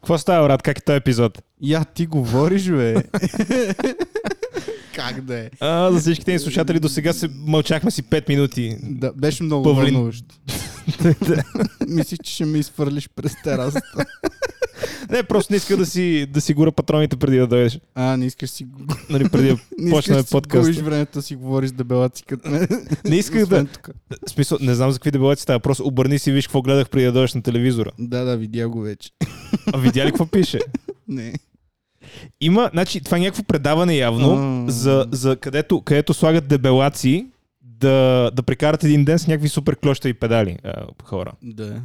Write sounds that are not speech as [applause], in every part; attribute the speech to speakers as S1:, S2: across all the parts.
S1: Какво става, брат? Как е този епизод?
S2: Я ти говориш, бе. [laughs] как да е?
S1: А, за всичките ни слушатели до сега се мълчахме си 5 минути.
S2: Да, беше много
S1: Павлин. [laughs]
S2: вълнуващо. Мислих, че ще ме изфърлиш през терасата.
S1: Не, просто не иска да си, да си гора патроните преди да дойдеш.
S2: А, не искаш си... го- [laughs]
S1: Нали, преди да почнем
S2: Не искаш си губиш
S1: подкаста.
S2: времето да си говориш с дебелаци като
S1: [laughs]
S2: мен.
S1: Не исках да...
S2: Освен тук.
S1: В Смисъл, не знам за какви дебелаци става. Просто обърни си и виж какво гледах преди да дойдеш на телевизора.
S2: Да, да, видя го вече. [laughs]
S1: А видя ли какво пише?
S2: Не.
S1: Има, значи, това е някакво предаване явно,
S2: М.
S1: за, за където, където слагат дебелаци да, да прекарат един ден с някакви супер клеща и педали а, хора.
S2: Да.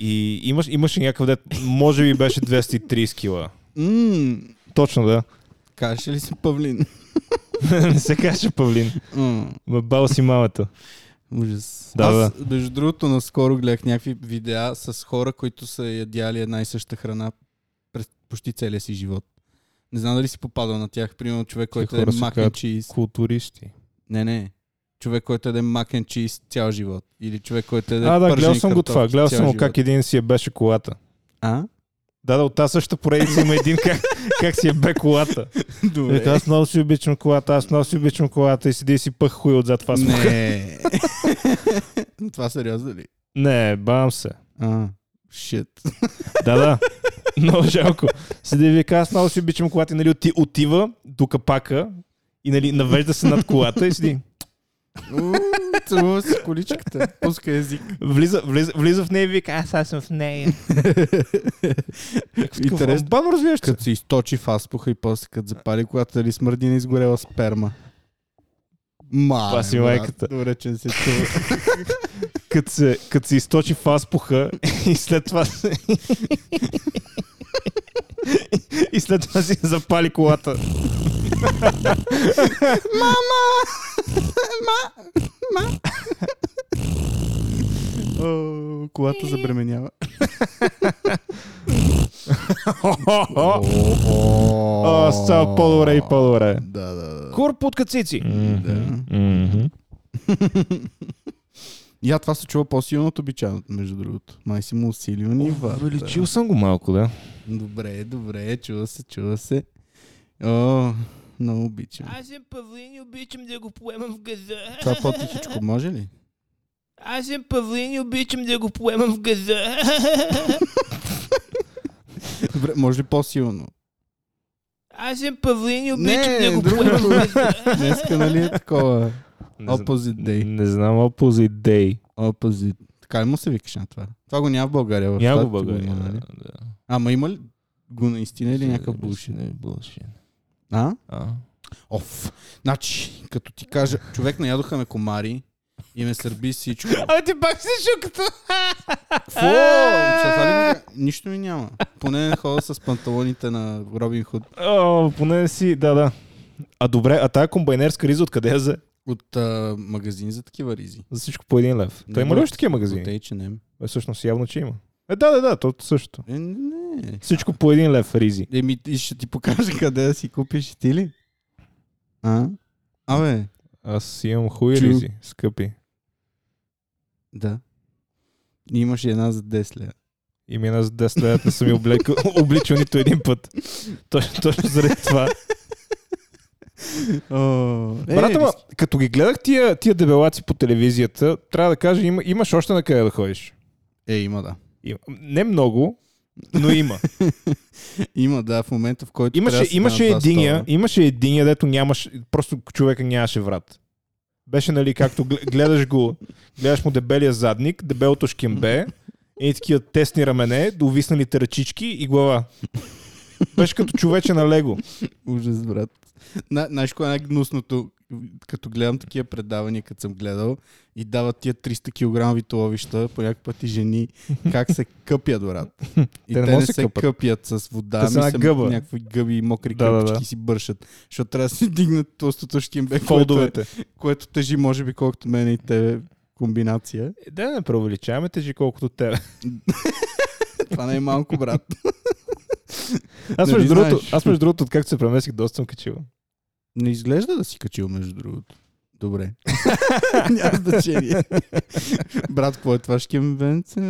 S1: И имаш, имаше някакъв дет, може би беше 230 кила.
S2: Ммм,
S1: Точно да.
S2: каже ли си Павлин?
S1: [laughs] не се каже Павлин.
S2: М,
S1: Ма бал си мамата.
S2: Ужас.
S1: Да,
S2: Аз, между другото, наскоро гледах някакви видеа с хора, които са ядяли една и съща храна през почти целия си живот. Не знам дали си попадал на тях. Примерно човек, който е
S1: хора се
S2: макен
S1: казват
S2: чиз.
S1: Културисти.
S2: Не, не. Човек, който е яде макен чиз цял живот. Или човек, който яде
S1: А, да,
S2: пържени
S1: гледал съм го
S2: картофи
S1: това. Гледал
S2: цял
S1: съм го
S2: живот.
S1: как Е, един си е беше колата.
S2: А?
S1: Да, да, от тази същата поредица има един [laughs] как, как си е бе колата.
S2: Добре.
S1: Ето, Е, аз много си обичам колата, аз много си обичам колата и седи и си пъх хуй отзад това. Не. [laughs]
S2: не. това сериозно ли?
S1: не, бавам се.
S2: А, шит. [laughs]
S1: Да, [laughs] да. Много жалко. Седи и вика, аз много си обичам колата и нали, оти- отива до капака и нали, навежда се над колата и седи.
S2: Целува си количката. Пуска език.
S1: Влиза, влиза, влиза в нея и вика, аз аз съм в нея.
S2: Интересно.
S1: Бам развиваш се.
S2: Като се източи в аспуха и после като запали, когато дали смърди на изгорела сперма. Ма,
S1: Това си
S2: брат,
S1: майката.
S2: Добре, че не
S1: [laughs]
S2: се чува.
S1: Като се, като се източи в аспуха и след това [laughs] се... и след това си запали колата.
S2: О, Колата забременява.
S1: О, става по-добре и по-добре.
S2: Да, да, да.
S1: Кур под кацици.
S2: Да. Я това се чува по-силно от обичайното, между другото. Май си му усилил нива.
S1: Увеличил съм го малко, да.
S2: Добре, добре, чува се, чува се. О, много обичам.
S3: Аз съм павлин и обичам да го поемам в газа.
S2: Това по-тихичко може ли?
S3: Аз съм павлин и обичам да го поемам в газа.
S2: Добре, може ли по-силно?
S3: Аз съм павлин и обичам
S2: Не,
S3: да го
S2: другото.
S3: поемам в
S2: [laughs]
S3: газа.
S2: Днеска нали е такова?
S1: Не зн-
S2: Opposite day.
S1: Не знам, Opposite Day.
S2: Opposite. Така ли му се викаш на това? Това го няма в България. В
S1: Няма го в България.
S2: Щатите има, нали?
S1: да, да.
S2: Ама има ли го наистина или някакъв буши?
S1: Не, е bullshit.
S2: А?
S1: А?
S2: Оф. Значи, като ти кажа, човек наядоха ме комари и ме сърби всичко.
S1: А ти пак си шуката.
S2: Фу! Чата ли ми га- Нищо ми няма. Поне не хода с панталоните на Робин Худ
S1: О, поне си, да, да. А добре, а тая комбайнерска риза откъде я взе?
S2: от а, магазин за такива ризи.
S1: За всичко по един лев. Той има ли
S2: брат.
S1: още такива
S2: От
S1: магазини?
S2: H&M.
S1: Е, всъщност явно, че има. Е, да, да, да, то също.
S2: Е, не.
S1: Всичко по един лев ризи.
S2: Еми, и ще ти покажа къде да си купиш и ти ли? А? Абе,
S1: Аз си имам хуй
S2: Чу.
S1: ризи, скъпи.
S2: да. Имаш и една за 10 лева.
S1: И ми е аз 10 лет не съм я облекал, [laughs] обличал нито един път. Точно, точно заради това.
S2: Е,
S1: Брата, ма, като ги гледах тия, тия дебелаци по телевизията, трябва да кажа, има, имаш още на къде да ходиш.
S2: Е, има да.
S1: Има. Не много, но има.
S2: Има да, в момента в който трябва да
S1: Имаше,
S2: си
S1: имаше
S2: дам два
S1: единия,
S2: стола.
S1: имаше единия, дето нямаш, просто човека нямаше врат. Беше, нали, както гле- гледаш го, гледаш му дебелия задник, дебелото шкембе, и такива тесни рамене, довисналите ръчички и глава. Беше като човече на лего.
S2: Ужас, брат. На- Знаеш кое е най-гнусното? Като гледам такива предавания, като съм гледал и дават тия 300 кг ловища, по някакъв път и жени, как се къпят, брат.
S1: [laughs] Те
S2: И те,
S1: не
S2: не
S1: могат да
S2: се,
S1: се къпат.
S2: къпят. с вода,
S1: Те са
S2: ми
S1: една
S2: са
S1: гъба.
S2: някакви гъби и мокри
S1: Да,
S2: да,
S1: да,
S2: къпчики и си бършат. Защото трябва да си дигнат толстото шкимбе, което, е-
S1: Фолдовете.
S2: което тежи, може би, колкото мен и тебе комбинация.
S1: Е, Да не преувеличаваме тежи колкото тебе.
S2: Това не е малко, брат.
S1: Аз
S2: Нали
S1: между, другото,
S2: знаеш?
S1: аз между другото, откакто се преместих, доста съм качил.
S2: Не изглежда да си качил, между другото.
S1: [laughs]
S2: Добре. Няма значение. Брат, какво е това шкембенце?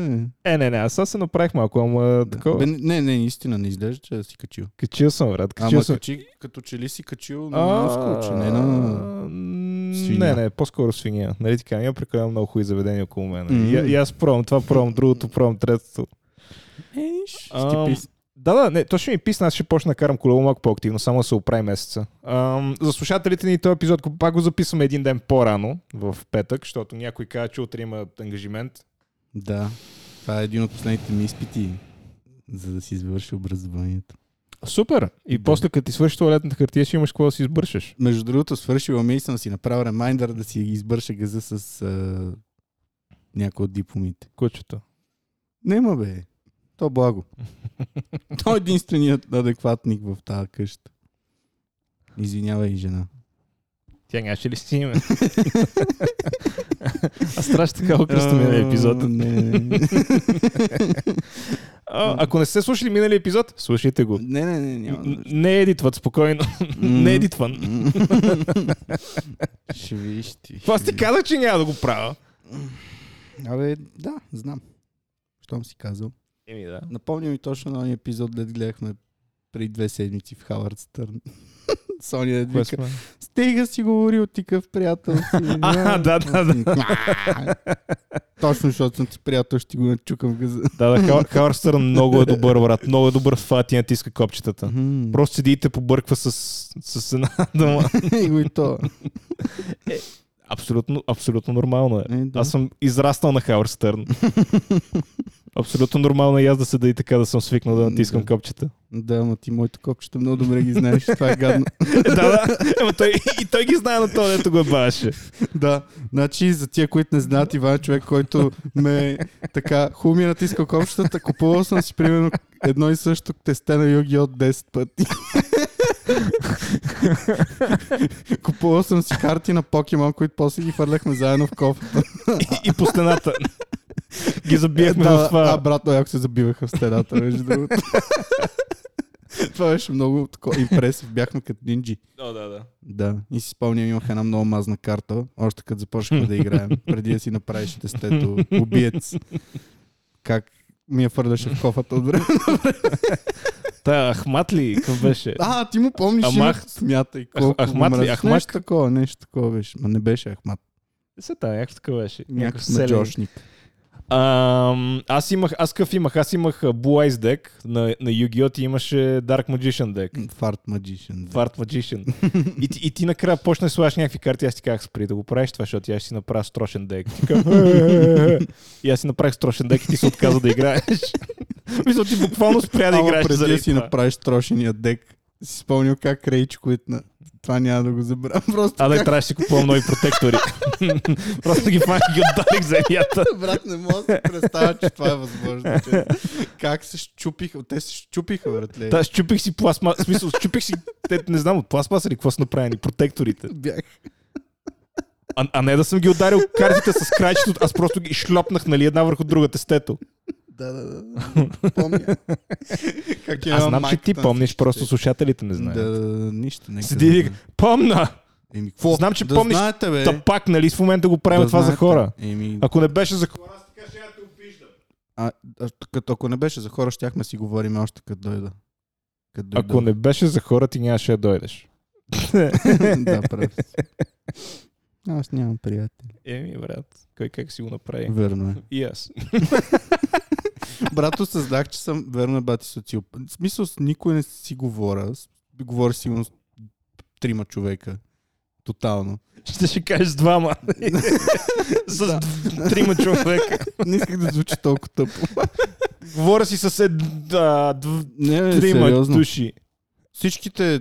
S1: Е, не, не, аз сега се направих малко, ама такова.
S2: Бе, не, не, наистина не изглежда, че си качил.
S1: Качил съм, брат. Качил
S2: Ама
S1: съм.
S2: качи, като че ли си качил на
S1: А,
S2: мускул, че не на...
S1: м,
S2: свиня.
S1: Не, не, по-скоро свиня. Нали така, има прекалено много хубави заведения около мен.
S2: Мгм.
S1: И, и аз пробвам това, пробвам другото, пробвам третото. Е,
S2: Еш,
S1: Ам, Да, да, не, то ще ми писна, аз ще почна да карам колело малко по-активно, само да се оправи месеца. Ам, за слушателите ни този епизод го- пак го записваме един ден по-рано, в петък, защото някой каза, че утре има ангажимент.
S2: Да, това е един от последните ми изпити, за да си извърши образованието.
S1: Супер! И
S2: Да.
S1: после, като ти свършиш туалетната хартия, ще имаш какво да си избършиш.
S2: Между другото, свършила ми и съм си направил ремайндър да си избърша газа с а, някои от дипломите.
S1: Кучето.
S2: Нема бе, то благо.
S1: [laughs]
S2: Той е единственият адекватник в тази къща.
S1: [laughs]
S2: Извинявай, жена.
S1: Тя нямаше ли
S2: [laughs]
S1: си име? Аз страшно така окръстаме на
S2: А,
S1: епизода.
S2: Не, не, не.
S1: А, ако не сте слушали минали епизод, слушайте го.
S2: Не, не, не, няма.
S1: Н- Не е едитват, спокойно. Не е едитван.
S2: Ще видиш ти.
S1: Това аз ти казах, че няма да го правя.
S2: Абе, да, знам. Щом си казал.
S1: Еми да.
S2: Напомня ми точно на ония епизод, да гледахме преди две седмици в Хавард Стърн. [laughs] Соня да вика, стига си говорил ти къв
S1: [laughs]
S2: приятел си.
S1: А, да, да, да. [laughs]
S2: Точно, защото съм ти приятел, ще ти го начукам в газа.
S1: Да, да, Хар- Харстър много е добър, брат. Много е добър в това, ти натиска
S2: [laughs]
S1: копчетата. Просто седи и те побърква с, с една дума.
S2: И го и то.
S1: Абсолютно, абсолютно нормално е.
S2: Е, да.
S1: Аз съм израснал на Хауър Стърн. Абсолютно нормално е и аз да се да и така да съм свикнал да натискам
S2: Да.
S1: копчета.
S2: Да, ма ти моето копчета много добре ги знаеш. Това е гадно.
S1: [laughs]
S2: [laughs]
S1: да, да. Ема той, и той ги знае на този, дето го е ебаваше.
S2: Да, значи за тия, които не знаят, Иван е човек, който ме така хубаво ми е натискал копчетата, купувал съм си примерно едно и също тесте на Йоги от 10 пъти. [laughs] купувал съм си карти на покемон, които после ги хвърляхме заедно в кофата.
S1: И, и по стената. Ги забиехме
S2: Е, да,
S1: в това.
S2: А, брат, много яко се забиваха в стената, между другото.
S1: [laughs]
S2: Това беше много такова импресив. Бяхме като нинджи.
S1: О, да, да.
S2: Да, и си спомням, имах една много мазна карта, още като започнахме да играем, преди да си направиш тестето убиец. Как ми я фърляше в кофата от време.
S1: Та, Ахмат ли? Какъв беше?
S2: А, ти му помниш
S1: Амах.
S2: Амах... смятай колко
S1: Ах- Ахмат ли?
S2: го мразиш.
S1: Ахмак?
S2: Нещо такова, нещо такова беше. Ма не беше Ахмат.
S1: Се та, някакво така беше.
S2: Някакъв
S1: селянин.
S2: мъджошник.
S1: Ам, аз имах, аз какъв имах? Аз имах а, Blue Eyes дек на, на Yu-Gi-Oh! ти имаше Dark Magician дек.
S2: Фарт Magician. да.
S1: Fart Magician. И, ти- и ти накрая почна да слагаш някакви карти, аз ти казах спри да го правиш това, защото аз ще си направя строшен дек. Ти казах, "Е, «Е-е-е-е». и аз си направих строшен дек и ти се отказа да играеш. [laughs] Мисля, ти буквално спря Е да
S2: Ама
S1: играеш
S2: преди да
S1: заради
S2: си
S1: това.
S2: направиш трошения дек, си спомнил как Рейч Куитна. Това няма да го забравя. [laughs] Просто
S1: А, да, и
S2: как...
S1: трябваше да си купувам нови [laughs] протектори. Просто ги фанах и ги отдалих земята.
S2: Брат, не мога да си представя, че това е възможно. че- Как се щупиха. Те се щупиха, братле.
S1: Да, щупих си пластма, в смисъл, щупих си, те, не знам, от пластмас или какво са направени, протекторите.
S2: Бях.
S1: А, а не да съм ги ударил картите с крайчето, аз просто ги шлепнах, нали, една върху друга тестето.
S2: Да, да, да.
S1: [laughs]
S2: Помня. как е
S1: Аз знам, че
S2: майката
S1: ти
S2: на
S1: помниш,
S2: всичките.
S1: просто е. слушателите не
S2: Да,
S1: знаят.
S2: да, да, нищо. Нека
S1: Седи и вика, помна!
S2: Еми, какво?
S1: Знам, че
S2: да
S1: помниш
S2: знаете, бе.
S1: Та пак, нали, в момента го правим
S2: Да
S1: това за
S2: знаете.
S1: хора.
S2: Еми,
S1: Ако не беше за хора, аз така ще я те обиждам.
S2: а, а, като ако не беше за хора, щяхме си говорим още като дойда. Като дойда.
S1: Ако не беше за хора, ти нямаше да дойдеш.
S2: [laughs] да, прав си. Аз нямам приятели.
S1: Еми, брат, кой как си го направи?
S2: Верно е.
S1: И аз.
S2: Брато, създах, че съм верно е, бати социоп. В смисъл, с никой не си говоря. С- Говоря сигурно с трима човека. Тотално.
S1: Ще ще кажеш с [laughs] двама.
S2: Да.
S1: С д- трима човека.
S2: Не исках да звучи толкова тъпо.
S1: [laughs] Говоря си с ед- да, дв-
S2: Не, бе,
S1: трима
S2: сериозно.
S1: души.
S2: Всичките,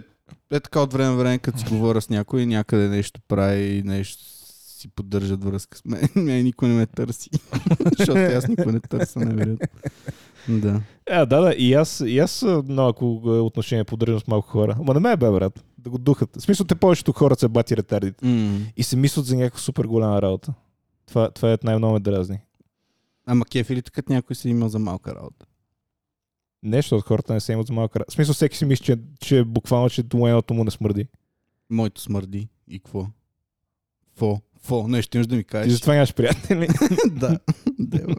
S2: е така от време на време, като си говоря с някой, някъде нещо прави, нещо си поддържат връзка с мен. [laughs] Мен никой не ме търси. [laughs] Защото аз никой не търся, невероятно. Да.
S1: А, Е, да, да, и аз, и аз а, малко а, отношение поддържам с малко хора. Ама не ме е бе, брат. Да го духат. В смисъл, те повечето хора са бати ретардите.
S2: М.
S1: И се мислят за някаква супер голяма работа. Това, това е най-много ме дразни.
S2: Ама кефилите, като някой си имал за малка работа.
S1: Не, защото хората не се имат за малка работа. В смисъл, всеки си мисли, че, е че буквално, че домоеното му не смърди.
S2: Моето смърди. И какво? Фо. Фо. Нещо имаш да ми
S1: Ти
S2: кажеш.
S1: затова нямаш приятели.
S2: [laughs]
S1: [laughs]
S2: да. Дева.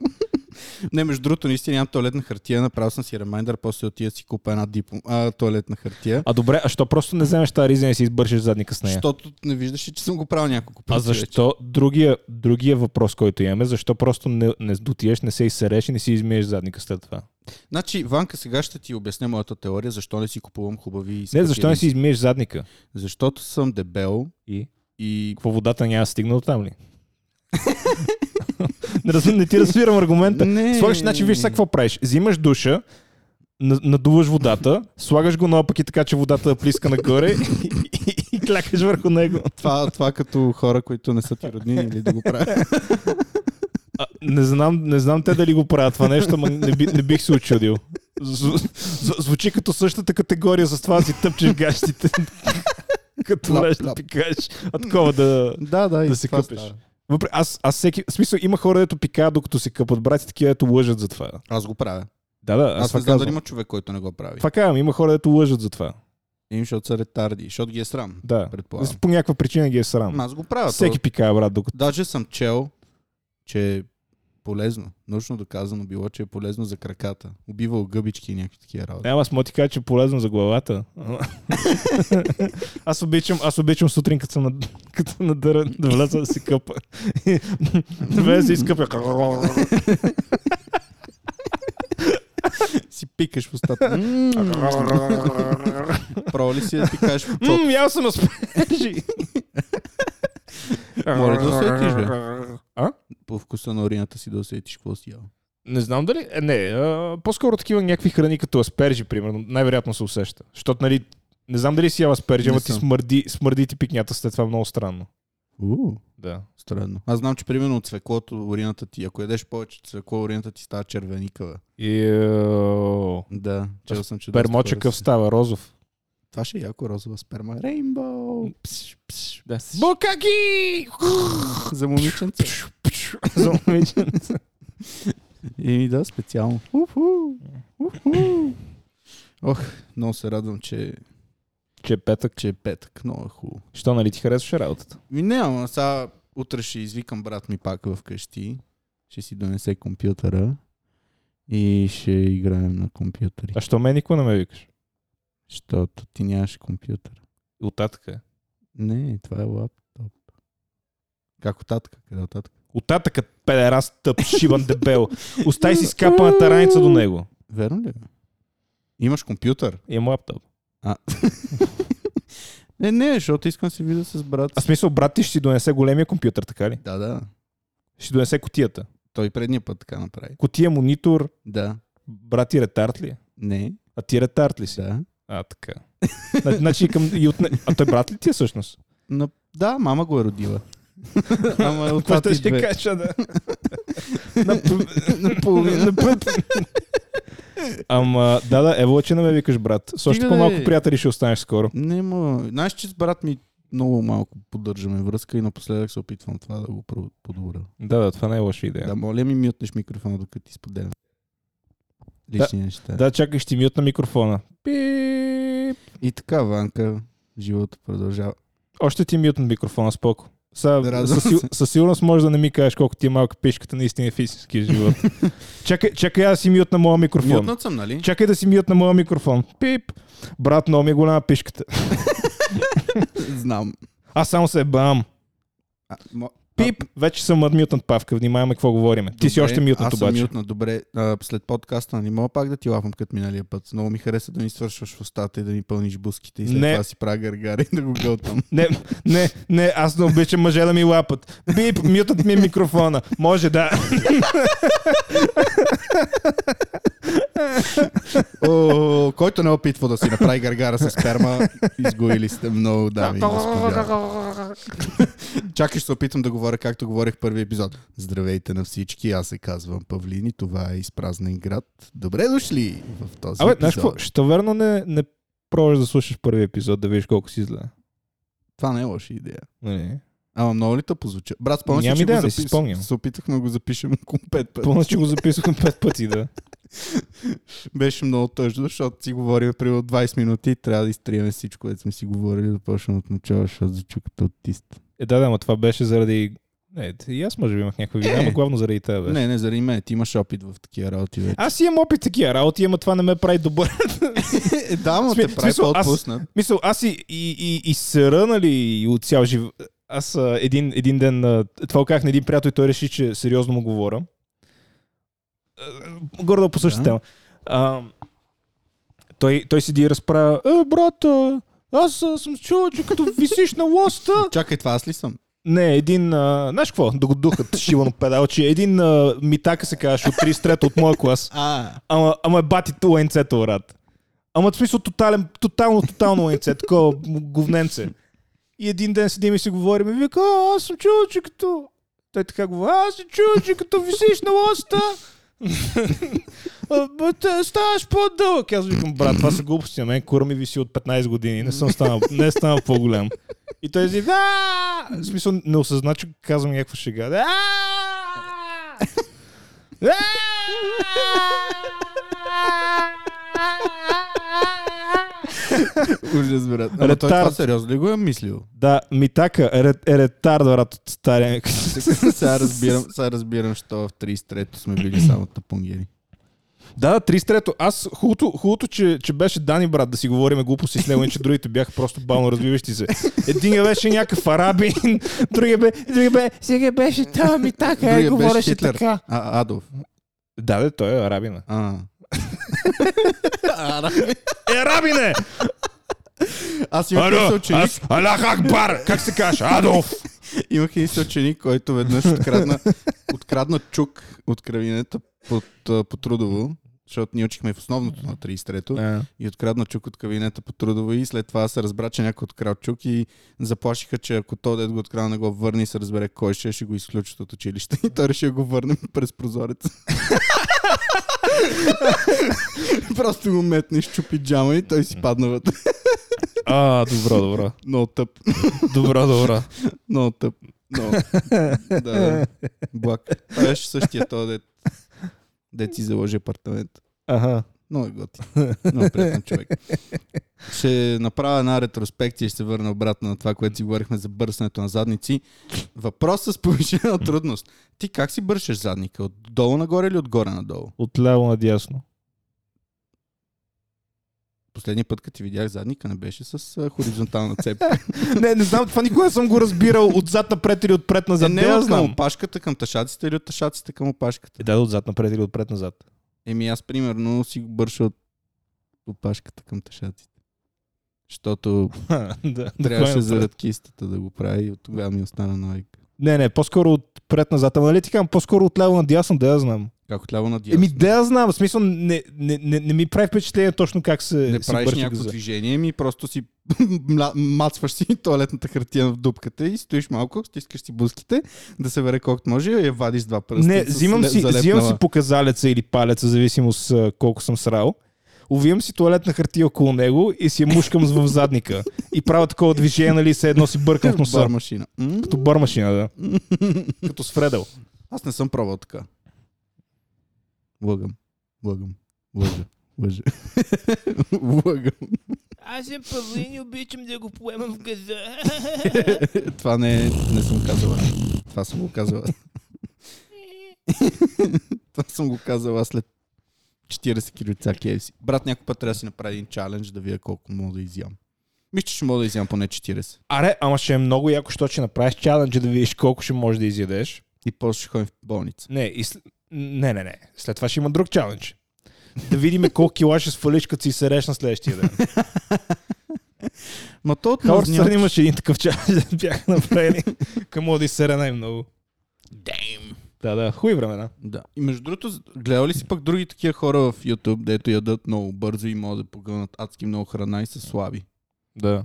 S2: Не, между другото, наистина нямам туалетна хартия, направил съм си ремайндър, после отида си купа една дипом, а, туалетна хартия.
S1: А добре, а що просто не вземеш тази риза и не си избършиш задника с нея?
S2: Защото не виждаш, ли, че съм го правил няколко пъти.
S1: А
S2: вече?
S1: защо? Другия, другия въпрос, който имаме, защо просто не, не дотиеш, не се изсереш и не си измиеш задника след това?
S2: Значи, Ванка, сега ще ти обясня моята теория, защо не си купувам хубави и
S1: Не,
S2: скъпи
S1: защо не си
S2: риза.
S1: измиеш задника?
S2: Защото съм дебел
S1: И?
S2: и
S1: Какво водата няма да стигна до
S2: [laughs]
S1: там ли? не, раз, не ти разбирам аргумента.
S2: Не.
S1: Слагаш, значи виж сега какво правиш. Взимаш душа, на- надуваш водата, слагаш го наопаки така, че водата да плиска нагоре [laughs] и, и, и клякаш върху него.
S2: Това, това като хора, които не са ти роднини или да го правят.
S1: А, не, знам, не знам те дали го правят това нещо, но не, би, не бих се очудил. Зв- зв- звучи като същата категория, за това да си тъпчеш гащите. като
S2: Лап,
S1: леш да
S2: лап.
S1: пикаеш. А такова да...
S2: да, да,
S1: [laughs]
S2: и
S1: Да се
S2: това
S1: къпеш.
S2: става.
S1: Въпре, аз, аз всеки... В смисъл, има хора, дето пикаят, докато се къпат. Брати, такива, дето лъжат за това.
S2: Аз го правя.
S1: Да, да, аз,
S2: Аз,
S1: това
S2: не знам дали
S1: казвам.
S2: има човек, който не го прави.
S1: Това казвам, има хора, дето лъжат за това.
S2: Им, защото са ретарди, защото ги е срам.
S1: Да.
S2: Предполагам.
S1: По някаква причина ги е срам.
S2: Ама Аз го правя.
S1: Всеки
S2: Всеки...
S1: пикае, брат, докато...
S2: Даже съм чел, че е полезно. Научно доказано било, че е полезно за краката. Убивал гъбички и някакви такива работи.
S1: Няма, аз му ти кажа, че е полезно за [laughs] главата. аз, обичам, аз обичам сутрин, като, съм на, като на дъра, да вляза да се [laughs] къпа. Две се [laughs] изкъпя.
S2: Си пикаш в устата.
S1: Е?
S2: Право ли си да ти кажеш в чот?
S1: Мм, ял съм аспержи.
S2: Моля да усетиш, бе.
S1: А?
S2: По вкуса на урината си да усетиш какво си ял.
S1: Не знам дали... е, Не, а, по-скоро такива някакви храни, като аспержи, примерно, най-вероятно се усеща. Защото, нали, не знам дали си ял аспержи,
S2: Не
S1: ама ти
S2: съм.
S1: смърди, смърди ти пикнята след това е много странно.
S2: Уу,
S1: Да.
S2: Странно. Аз знам, че примерно от цвеклото урината ти, ако ядеш повече цвекло, урината ти става червеникава.
S1: Йоу.
S2: Да, чел съм, че... доста
S1: Пермоча
S2: хора
S1: къв
S2: са-
S1: става, розов.
S2: Това ще е яко розова сперма. Рейнбоу! Пш, пш.
S1: Да. Букаки!
S2: За момиченце.
S1: За момиченце.
S2: И да, специално. Уху! Уху! Ох, много се радвам, че,
S1: Че е петък.
S2: че е петък. Много е хубаво.
S1: Що, нали ти харесваше работата?
S2: Ми не, ама сега утре ще извикам брат ми пак вкъщи. Ще си донесе компютъра. И ще играем на компютъри.
S1: А що мен никога не ме викаш?
S2: Защото ти нямаш компютър.
S1: Оттатък е.
S2: Не, това е лаптоп. Как от татка? Къде от татка?
S1: Оттатък е педерас тъп, шибан дебел. Остай си скапаната раница до него.
S2: Верно ли? бе? Имаш компютър?
S1: Имам лаптоп.
S2: Не, не, защото искам да се видя с брат.
S1: А в смисъл, брат ти ще си донесе големия компютър, така ли?
S2: Да, да.
S1: Ще донесе котията.
S2: Той предния път така направи.
S1: Котия, монитор,
S2: Да.
S1: брат ти ретард ли? е?
S2: Не.
S1: А ти ретард ли си?
S2: Да.
S1: А, така. Зна- Значи и към... и отне- А той брат ли ти е всъщност?
S2: Но, да, мама го
S1: [laughs]
S2: е родила. Ама е от
S1: Какво
S2: тати
S1: ще
S2: две.
S1: кажа, да. На-
S2: Наполовина.
S1: Ама, да, да, ево, че не ме викаш, брат. С още
S2: Стига, е.
S1: по-малко
S2: бе.
S1: приятели ще останеш скоро.
S2: Не, ма. Знаеш, че с брат ми много малко поддържаме връзка и напоследък се опитвам това да го про- подобря.
S1: Да, да, това не е лоша идея.
S2: Да, моля ми мютнеш микрофона, докато ти споделям. Лични неща.
S1: Да, чакай, ще мютна микрофона. Пип.
S2: И така, Ванка, живота продължава.
S1: Още ти мютна микрофона, споко. Са,
S2: Да, радвам
S1: със, сил- със, сигурност може да не ми кажеш колко ти е малка пешката наистина е физически
S2: [laughs]
S1: живот. чакай, чакай аз да си мютна моя микрофон.
S2: Мютнат съм, нали?
S1: Чакай да си мютна моя микрофон. Пип. Брат, много ми е голяма пешката.
S2: Знам.
S1: Аз само се бам.
S2: А, мо-
S1: Пип. Вече съм адмютнат, Павка. Внимаваме какво говорим. Ти си
S2: Добре,
S1: още мютнат
S2: аз съм
S1: обаче.
S2: мютнат, добре. А, след подкаста не мога пак да ти лапам като миналия път. Много ми хареса да ми свършваш в устата и да ми пълниш буските и след
S1: Не.
S2: това си правя гаргар и да го
S1: [laughs]
S2: гълтам.
S1: Не, не, не, аз не обичам мъже да ми лапат. Бип, мютът ми е микрофона. Може да.
S2: О, който не опитва да си направи гаргара с сперма, изгоили сте много дами. и господа.
S1: [laughs]
S2: Чакай, ще се опитам да говоря както говорех първи епизод. Здравейте на всички, аз се казвам Павлин и това е изпразнен град. Добре дошли в този
S1: Абе, знаеш какво?
S2: епизод.
S1: Ще верно не, не пробваш да слушаш първи епизод, да видиш колко си зле.
S2: Това не е лоша идея.
S1: Нали?
S2: Ама много ли те позвуча? Брат, спомняш ли,
S1: Нямам
S2: че
S1: идея,
S2: го
S1: не си
S2: запис-
S1: спомням.
S2: Се опитахме да го запишем около пет пъти.
S1: Помня, че го записвам пет пъти, да.
S2: Беше много тъжно, защото си говорим примерно 20 минути и трябва да изтриеме всичко, което сме си говорили, да почнем от начало, защото звучи като аутист.
S1: Е, да, да, но това беше заради... Не, и аз може би имах някаква вина,
S2: Е.
S1: но главно заради теб. бе.
S2: Не, не, заради мен. Ти имаш опит в такива
S1: [laughs]
S2: работи. Вече.
S1: Аз имам опит такива работи, ама това не ме прави добър.
S2: Е, да, но
S1: Смисъл,
S2: те прави
S1: смисъл, аз-
S2: по-отпуснат.
S1: Мисъл, аз и, и, и, и сера, нали, и от цял жив... Аз а, един, един ден, а, това го казах на един приятел и той реши, че сериозно му говоря. А, Гордо по същата
S2: Да.
S1: тема. А, той, той седи и разправя, е, брат, а, аз а, съм чул, че като висиш на лоста,
S2: Чакай, това аз ли съм?
S1: Не, един... А, знаеш какво? Да го духат шивано педалче. Един а, митака се казваше от 33 от моя клас.
S2: А,
S1: Ама, ама е бати лънцето, брат. Ама в смисъл тотален, тотално, тотално лънце, такова говненце. И един ден седим и си говорим и вика, «А, аз съм чул, че като... Той така говори, аз съм чул, че като висиш на лоста, а, бе, те, ставаш по-дълъг. Аз викам, брат, това са глупости. На мен кура ми виси от 15 години. Не съм станал, не е станал по-голям. И той си, «А!» в смисъл не осъзна, че казвам някаква шега. «А!»
S2: ужас, брат. Ама той това
S1: Ретард.
S2: сериозно ли го е мислил?
S1: Да, Митака е рет- е ретард, брат, от стария.
S2: сега разбирам, сега разбирам, що в 33-то сме били само тапунгери.
S1: [laughs] Да, 33-то. Аз хубавото, хубавото че, че беше Дани, брат, да си говориме глупости с него, иначе другите бяха просто бално развиващи се. Един беше някакъв арабин, [laughs] другия бе, другия бе, сега беше там и така, и
S2: Другия беше
S1: говореше
S2: Хитлер.
S1: така.
S2: А, Адов.
S1: Да, да, той е арабина.
S2: А.
S1: Е, арабине!
S2: Аз имах един съученик, аз...
S1: Аллах Акбар! Как се каже? Адов!
S2: имах един съученик, който веднъж открадна, открадна чук от кравинета под, а, по трудово, защото ние учихме в основното на 33-то. и открадна чук от кабинета по трудово и след това се разбра, че някой открал чук и заплашиха, че ако той дед го открал не го върне и се разбере кой ще, е, ще го изключат от училище [laughs] и той реши да го върне през прозореца. Просто го метне, щупи джама и той си падна вътре.
S1: А, добро, добро.
S2: Много тъп,
S1: Добро, добро.
S2: много тъп. Много. Да, да. Блак. Това беше същия този дед. Дед си заложи апартамент.
S1: Ага.
S2: Много е готин. Много приятен човек. Ще направя една ретроспекция и ще се върна обратно на това, което си говорихме за бърсането на задници. Въпрос с повишена трудност. Ти как си бършеш задника? Отдолу нагоре или отгоре надолу?
S1: Отляво надясно.
S2: Последния път, като ти видях задника, не беше с а, хоризонтална цепка.
S1: [laughs] Не, не знам, това никога не съм го разбирал отзад напред или отпред назад.
S2: Е,
S1: Не,
S2: не
S1: я
S2: от към
S1: знам.
S2: опашката към тъшаците или от тъшаците към опашката?
S1: Е, да, отзад напред или отпред назад.
S2: Еми аз примерно си го бърша от опашката към тъшаците. Защото
S1: [laughs] да, е
S2: трябваше заради кистата да го прави и от тогава ми остана навик.
S1: Не, не, по-скоро отпред назад. Ама нали ти казвам, по-скоро отляво надясно, да я знам.
S2: Как отляво надясно.
S1: Еми, да я знам. В смисъл, не, не, не, не ми прави впечатление точно как се
S2: не
S1: си
S2: правиш
S1: бърши
S2: някакво
S1: газа.
S2: движение, ми просто си [laughs] мля- мацваш си туалетната хартия в дупката и стоиш малко, стискаш си буските, да се бере колкото може и я вадиш с два пръста.
S1: Не,
S2: с
S1: взимам
S2: ле-
S1: си, взимам
S2: [laughs] залепнала.
S1: си показалеца или палеца, зависимост а, колко съм срал. Увивам си туалетна хартия около него и си я мушкам в задника. И правя такова движение, нали, се едно си бъркам в носа.
S2: бар машина. М?
S1: Като бар машина, да. Като с Фредел.
S2: Аз не съм пробвал така. Лъгам. Лъгам. Лъжа. Лъжа. [laughs] Лъгам.
S3: Аз съм павлин и обичам да го поемам в газа.
S2: [laughs] Това не, е- не съм казала. Това съм го казала. [laughs] Това съм го казал аз след 40 килица KFC. Брат, някой път трябва да си направи един чалендж да видя колко мога да изям. Мисля, че ще мога да изям поне 40.
S1: Аре, ама ще е много яко, що ще направиш чалендж да видиш колко ще можеш да изядеш.
S2: И после ще ходим в болница.
S1: Не, и сл... не, не, не. След това ще има друг чалендж. Да видим колко кила ще свалиш, като си сереш на следващия [laughs] ден.
S2: Ма то от
S1: Хаорстън имаше един такъв чалендж, да бяха направили. Към Оди сера най-много.
S2: Дейм.
S1: Да, да, хуй времена.
S2: Да. И между другото, гледал ли си пък други такива хора в YouTube, дето ядат много бързо и могат да погълнат адски много храна и са слаби?
S1: Да.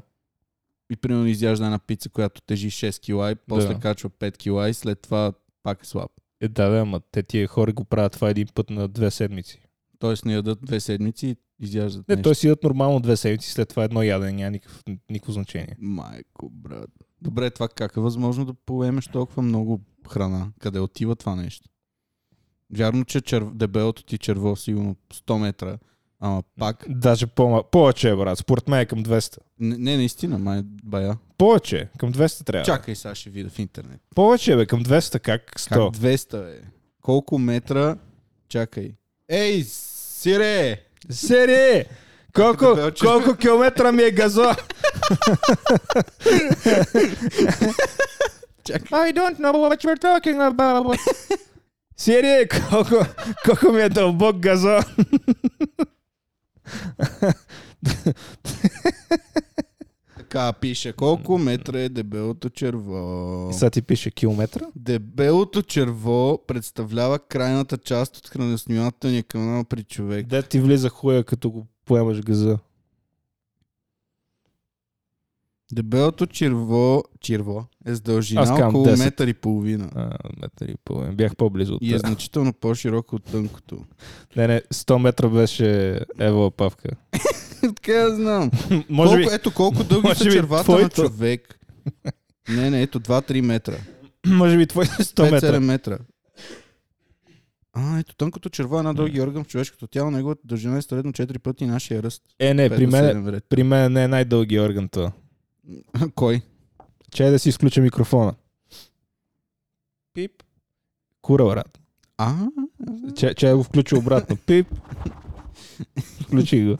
S2: И примерно изяжда една пица, която тежи 6 кила и после
S1: Да.
S2: качва 5 кила и след това пак е слаб.
S1: Е, да, да, ама те тия хора го правят това един път на две седмици.
S2: Тоест не ядат две седмици и изяждат
S1: Не,
S2: нещо.
S1: той си идат нормално две седмици, след това едно ядене, няма никакво, никакво значение.
S2: Майко, брат. Добре, това как е възможно да поемеш толкова много храна? Къде отива това нещо? Вярно, че черв... дебелото ти черво сигурно 100 метра, Ама пак.
S1: Даже по- повече е, брат. Според мен е към 200.
S2: Не, не, наистина, май бая.
S1: Повече. е. Към 200 трябва.
S2: Чакай, сега ще видя в интернет.
S1: Повече е, бе. Към 200 как?
S2: Как
S1: 100.
S2: 200 е? Колко метра? Чакай. Ей, сире!
S1: Сери! Колко,
S2: Дебелче.
S1: колко километра ми е газо? I don't know what you're talking about. Сири, колко, колко ми е дълбок газо?
S2: Така пише. Колко метра е дебелото черво?
S1: И сега ти пише километра?
S2: Дебелото черво представлява крайната част от храносмилателния канал при човек.
S1: Де ти влиза хуя, като го поемаш газа?
S2: Дебелото черво, черво е с дължина
S1: Аз казвам
S2: около
S1: 10.
S2: метър и половина.
S1: А, метър и половина. Бях по-близо от
S2: И е
S1: те.
S2: значително по-широко от тънкото. [laughs]
S1: Не, не, 100 метра беше Ева павка.
S2: Откъде да знам?
S1: Може би,
S2: колко, ето колко дълги
S1: може
S2: са
S1: би
S2: червата на
S1: твоето.
S2: човек. Не, не, ето 2-3 метра.
S1: е? може би твоите 100
S2: 5-7
S1: метра.
S2: метра. А, ето тънкото черво е една дълги орган в човешкото тяло. Неговата дължина е средно 4 пъти нашия ръст.
S1: Е, не,
S2: Пет
S1: при
S2: до
S1: мен,
S2: седем вред.
S1: при мен не е най-дълги орган това.
S2: [laughs] Кой?
S1: Че да си изключа микрофона. Пип. Кура, брат.
S2: А,
S1: Че, че го включи обратно. [laughs] Пип. Включи го.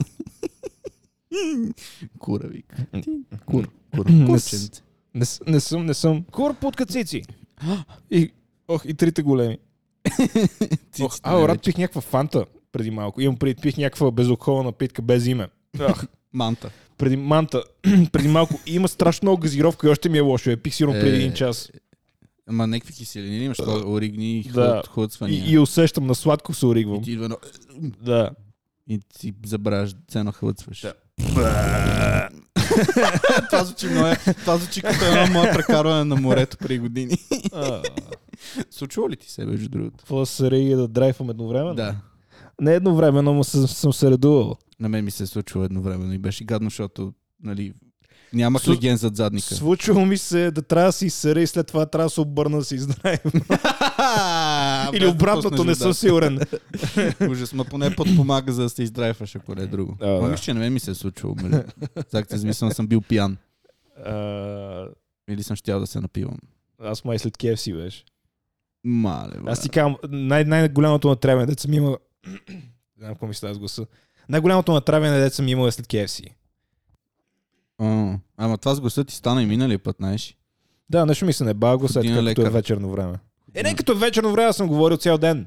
S2: кура вика.
S1: Кур.
S2: Кура.
S1: Не с-
S2: Курченце.
S1: Не, с- не съм, не съм. Кур под кацици. И, ох, и трите големи. Ох,
S2: Циците
S1: а,
S2: най-
S1: брат, пих някаква фанта преди малко. Имам преди, пих някаква безалкохолна напитка без име. Ах,
S2: Манта.
S1: преди манта, [clears throat] преди малко има страшно много газировка и още ми е лошо. Я пих сигурно преди
S2: Е,
S1: един час.
S2: Ама някакви киселини имаш, то оригни и
S1: Да.
S2: худ, худ свания.
S1: И, и усещам на сладко се оригвам.
S2: И ти идва едно...
S1: Да.
S2: И ти забравяш, цено хлъцваш. [laughs] това звучи много... Това звучи като едно мое прекарване на морето
S1: [laughs]
S2: при години. Случва ли ти се, между другото?
S1: Какво да се реги да драйвам едновременно?
S2: Да.
S1: Не едновременно, но съм, съм се редувал.
S2: На мен ми се е случило едновременно и беше гадно, защото, нали, нямах
S1: Су-
S2: леген зад задника. [laughs]
S1: Случвало ми се да трябва да си изсера и след това трябва да се обърна да си издраем. Или
S2: Без да
S1: обратното,
S2: пуснеш
S1: не съм
S2: вода. [laughs]
S1: сигурен.
S2: Ужас, ма поне подпомага, за да се издрайваш, ако не е друго.
S1: Да,
S2: Ма
S1: да.
S2: мисля, че на мен ми се е случило. Мали. Зак те замислям, съм бил пиян.
S1: А,
S2: Или съм щял да се напивам.
S1: Аз май след KFC беше.
S2: Мале,
S1: Аз ти казвам, най- най-голямото натравяне, деца ми има... Не [clears throat] знам какво ми става с гласа. Най-голямото натравяне, деца ми има е след KFC.
S2: О, ама това с гласа ти стана и миналия път, знаеш.
S1: Да, нещо ми се не бага след
S2: Ходина
S1: като е
S2: лекар.
S1: вечерно време. Е, не като е вечерно време, аз съм говорил цял ден.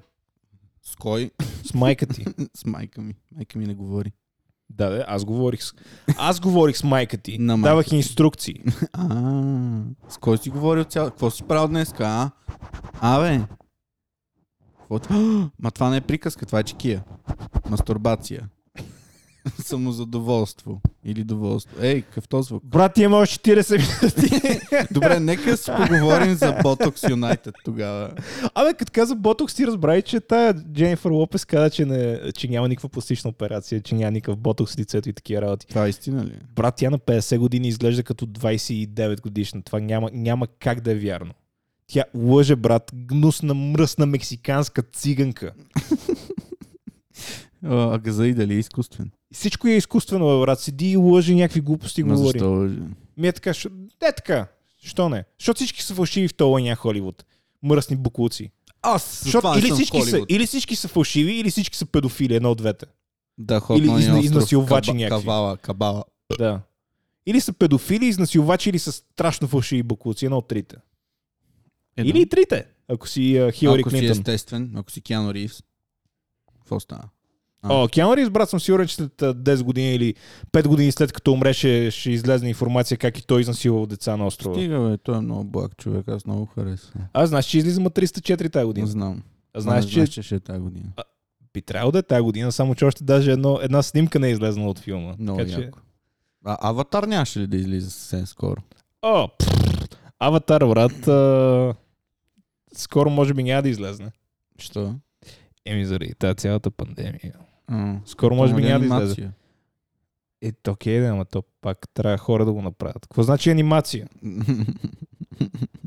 S2: С кой? [coughs]
S1: С майка
S2: [laughs]
S1: ти.
S2: с майка ми. Майка ми не говори.
S1: Да, да, аз говорих с... Аз говорих с майка ти.
S2: На майка
S1: Давах
S2: ти.
S1: инструкции.
S2: А, с кой си говорил цял... Какво си правил днес, а? Абе! Какво ти- А, [gasps] Ма това не е приказка, това е чекия. Мастурбация. [laughs] Самозадоволство. Или доволство. Ей, какъв то звук?
S1: Брат, ти има още 40
S2: [laughs]
S1: минути.
S2: Добре, нека си поговорим за Botox United тогава.
S1: Абе, като каза Ботокс, ти разбрай, че тая Дженнифър Лопес каза, че, не, че няма никаква пластична операция, че няма никакъв Ботокс в лицето и такива работи.
S2: Това е истина ли?
S1: Брат, тя на 50 години изглежда като 29 годишна. Това няма, няма как да е вярно. Тя лъже, брат, гнусна, мръсна мексиканска циганка.
S2: А газа и дали е изкуствен?
S1: И Всичко е изкуствено, бе, брат. Седи и лъже някакви глупости
S2: Ма
S1: говори.
S2: защо?
S1: Ми е така, що... е така. Що не? Защото всички са фалшиви в толания Холивуд. Мръсни буклуци.
S2: Аз
S1: Защото или, всички са, или всички са фалшиви, или всички са педофили, едно от двете.
S2: Да, ход
S1: или
S2: на
S1: изна-
S2: остров,
S1: изнасилвачи
S2: каба-
S1: някакви.
S2: Кавала, кабала.
S1: Да. Или са педофили, изнасилвачи, или са страшно фалшиви буклуци, едно от трите.
S2: Е,
S1: Или и трите, ако си а, Хилари
S2: ако
S1: Клинтон.
S2: си естествен, ако си Киано Ривз, какво става? А.
S1: О, Киану Ривз, брат, съм сигурен, че след а, 10 години или 5 години след като умре, ще, ще излезе информация как и той изнасилвал деца на острова.
S2: Стига, бе, той е много благ човек, аз много харесвам.
S1: А знаеш, че излиза на 304 тази
S2: Не
S1: година.
S2: знам.
S1: А знаеш, че
S2: че ще е тази година.
S1: би трябвало да е тази година, само че още даже едно, една снимка не е излезнала от филма.
S2: Много
S1: Така че-
S2: яко. А Аватар нямаше ли да излиза съвсем скоро?
S1: О, пф, Аватар, брат, а... скоро може би няма да излезне.
S2: Що?
S1: Еми заради тази цялата пандемия.
S2: А,
S1: Скоро може би
S2: нали
S1: няма да излезе.
S2: анимация?
S1: Е, то окей, да, ама то пак трябва хора да го направят. Какво значи анимация?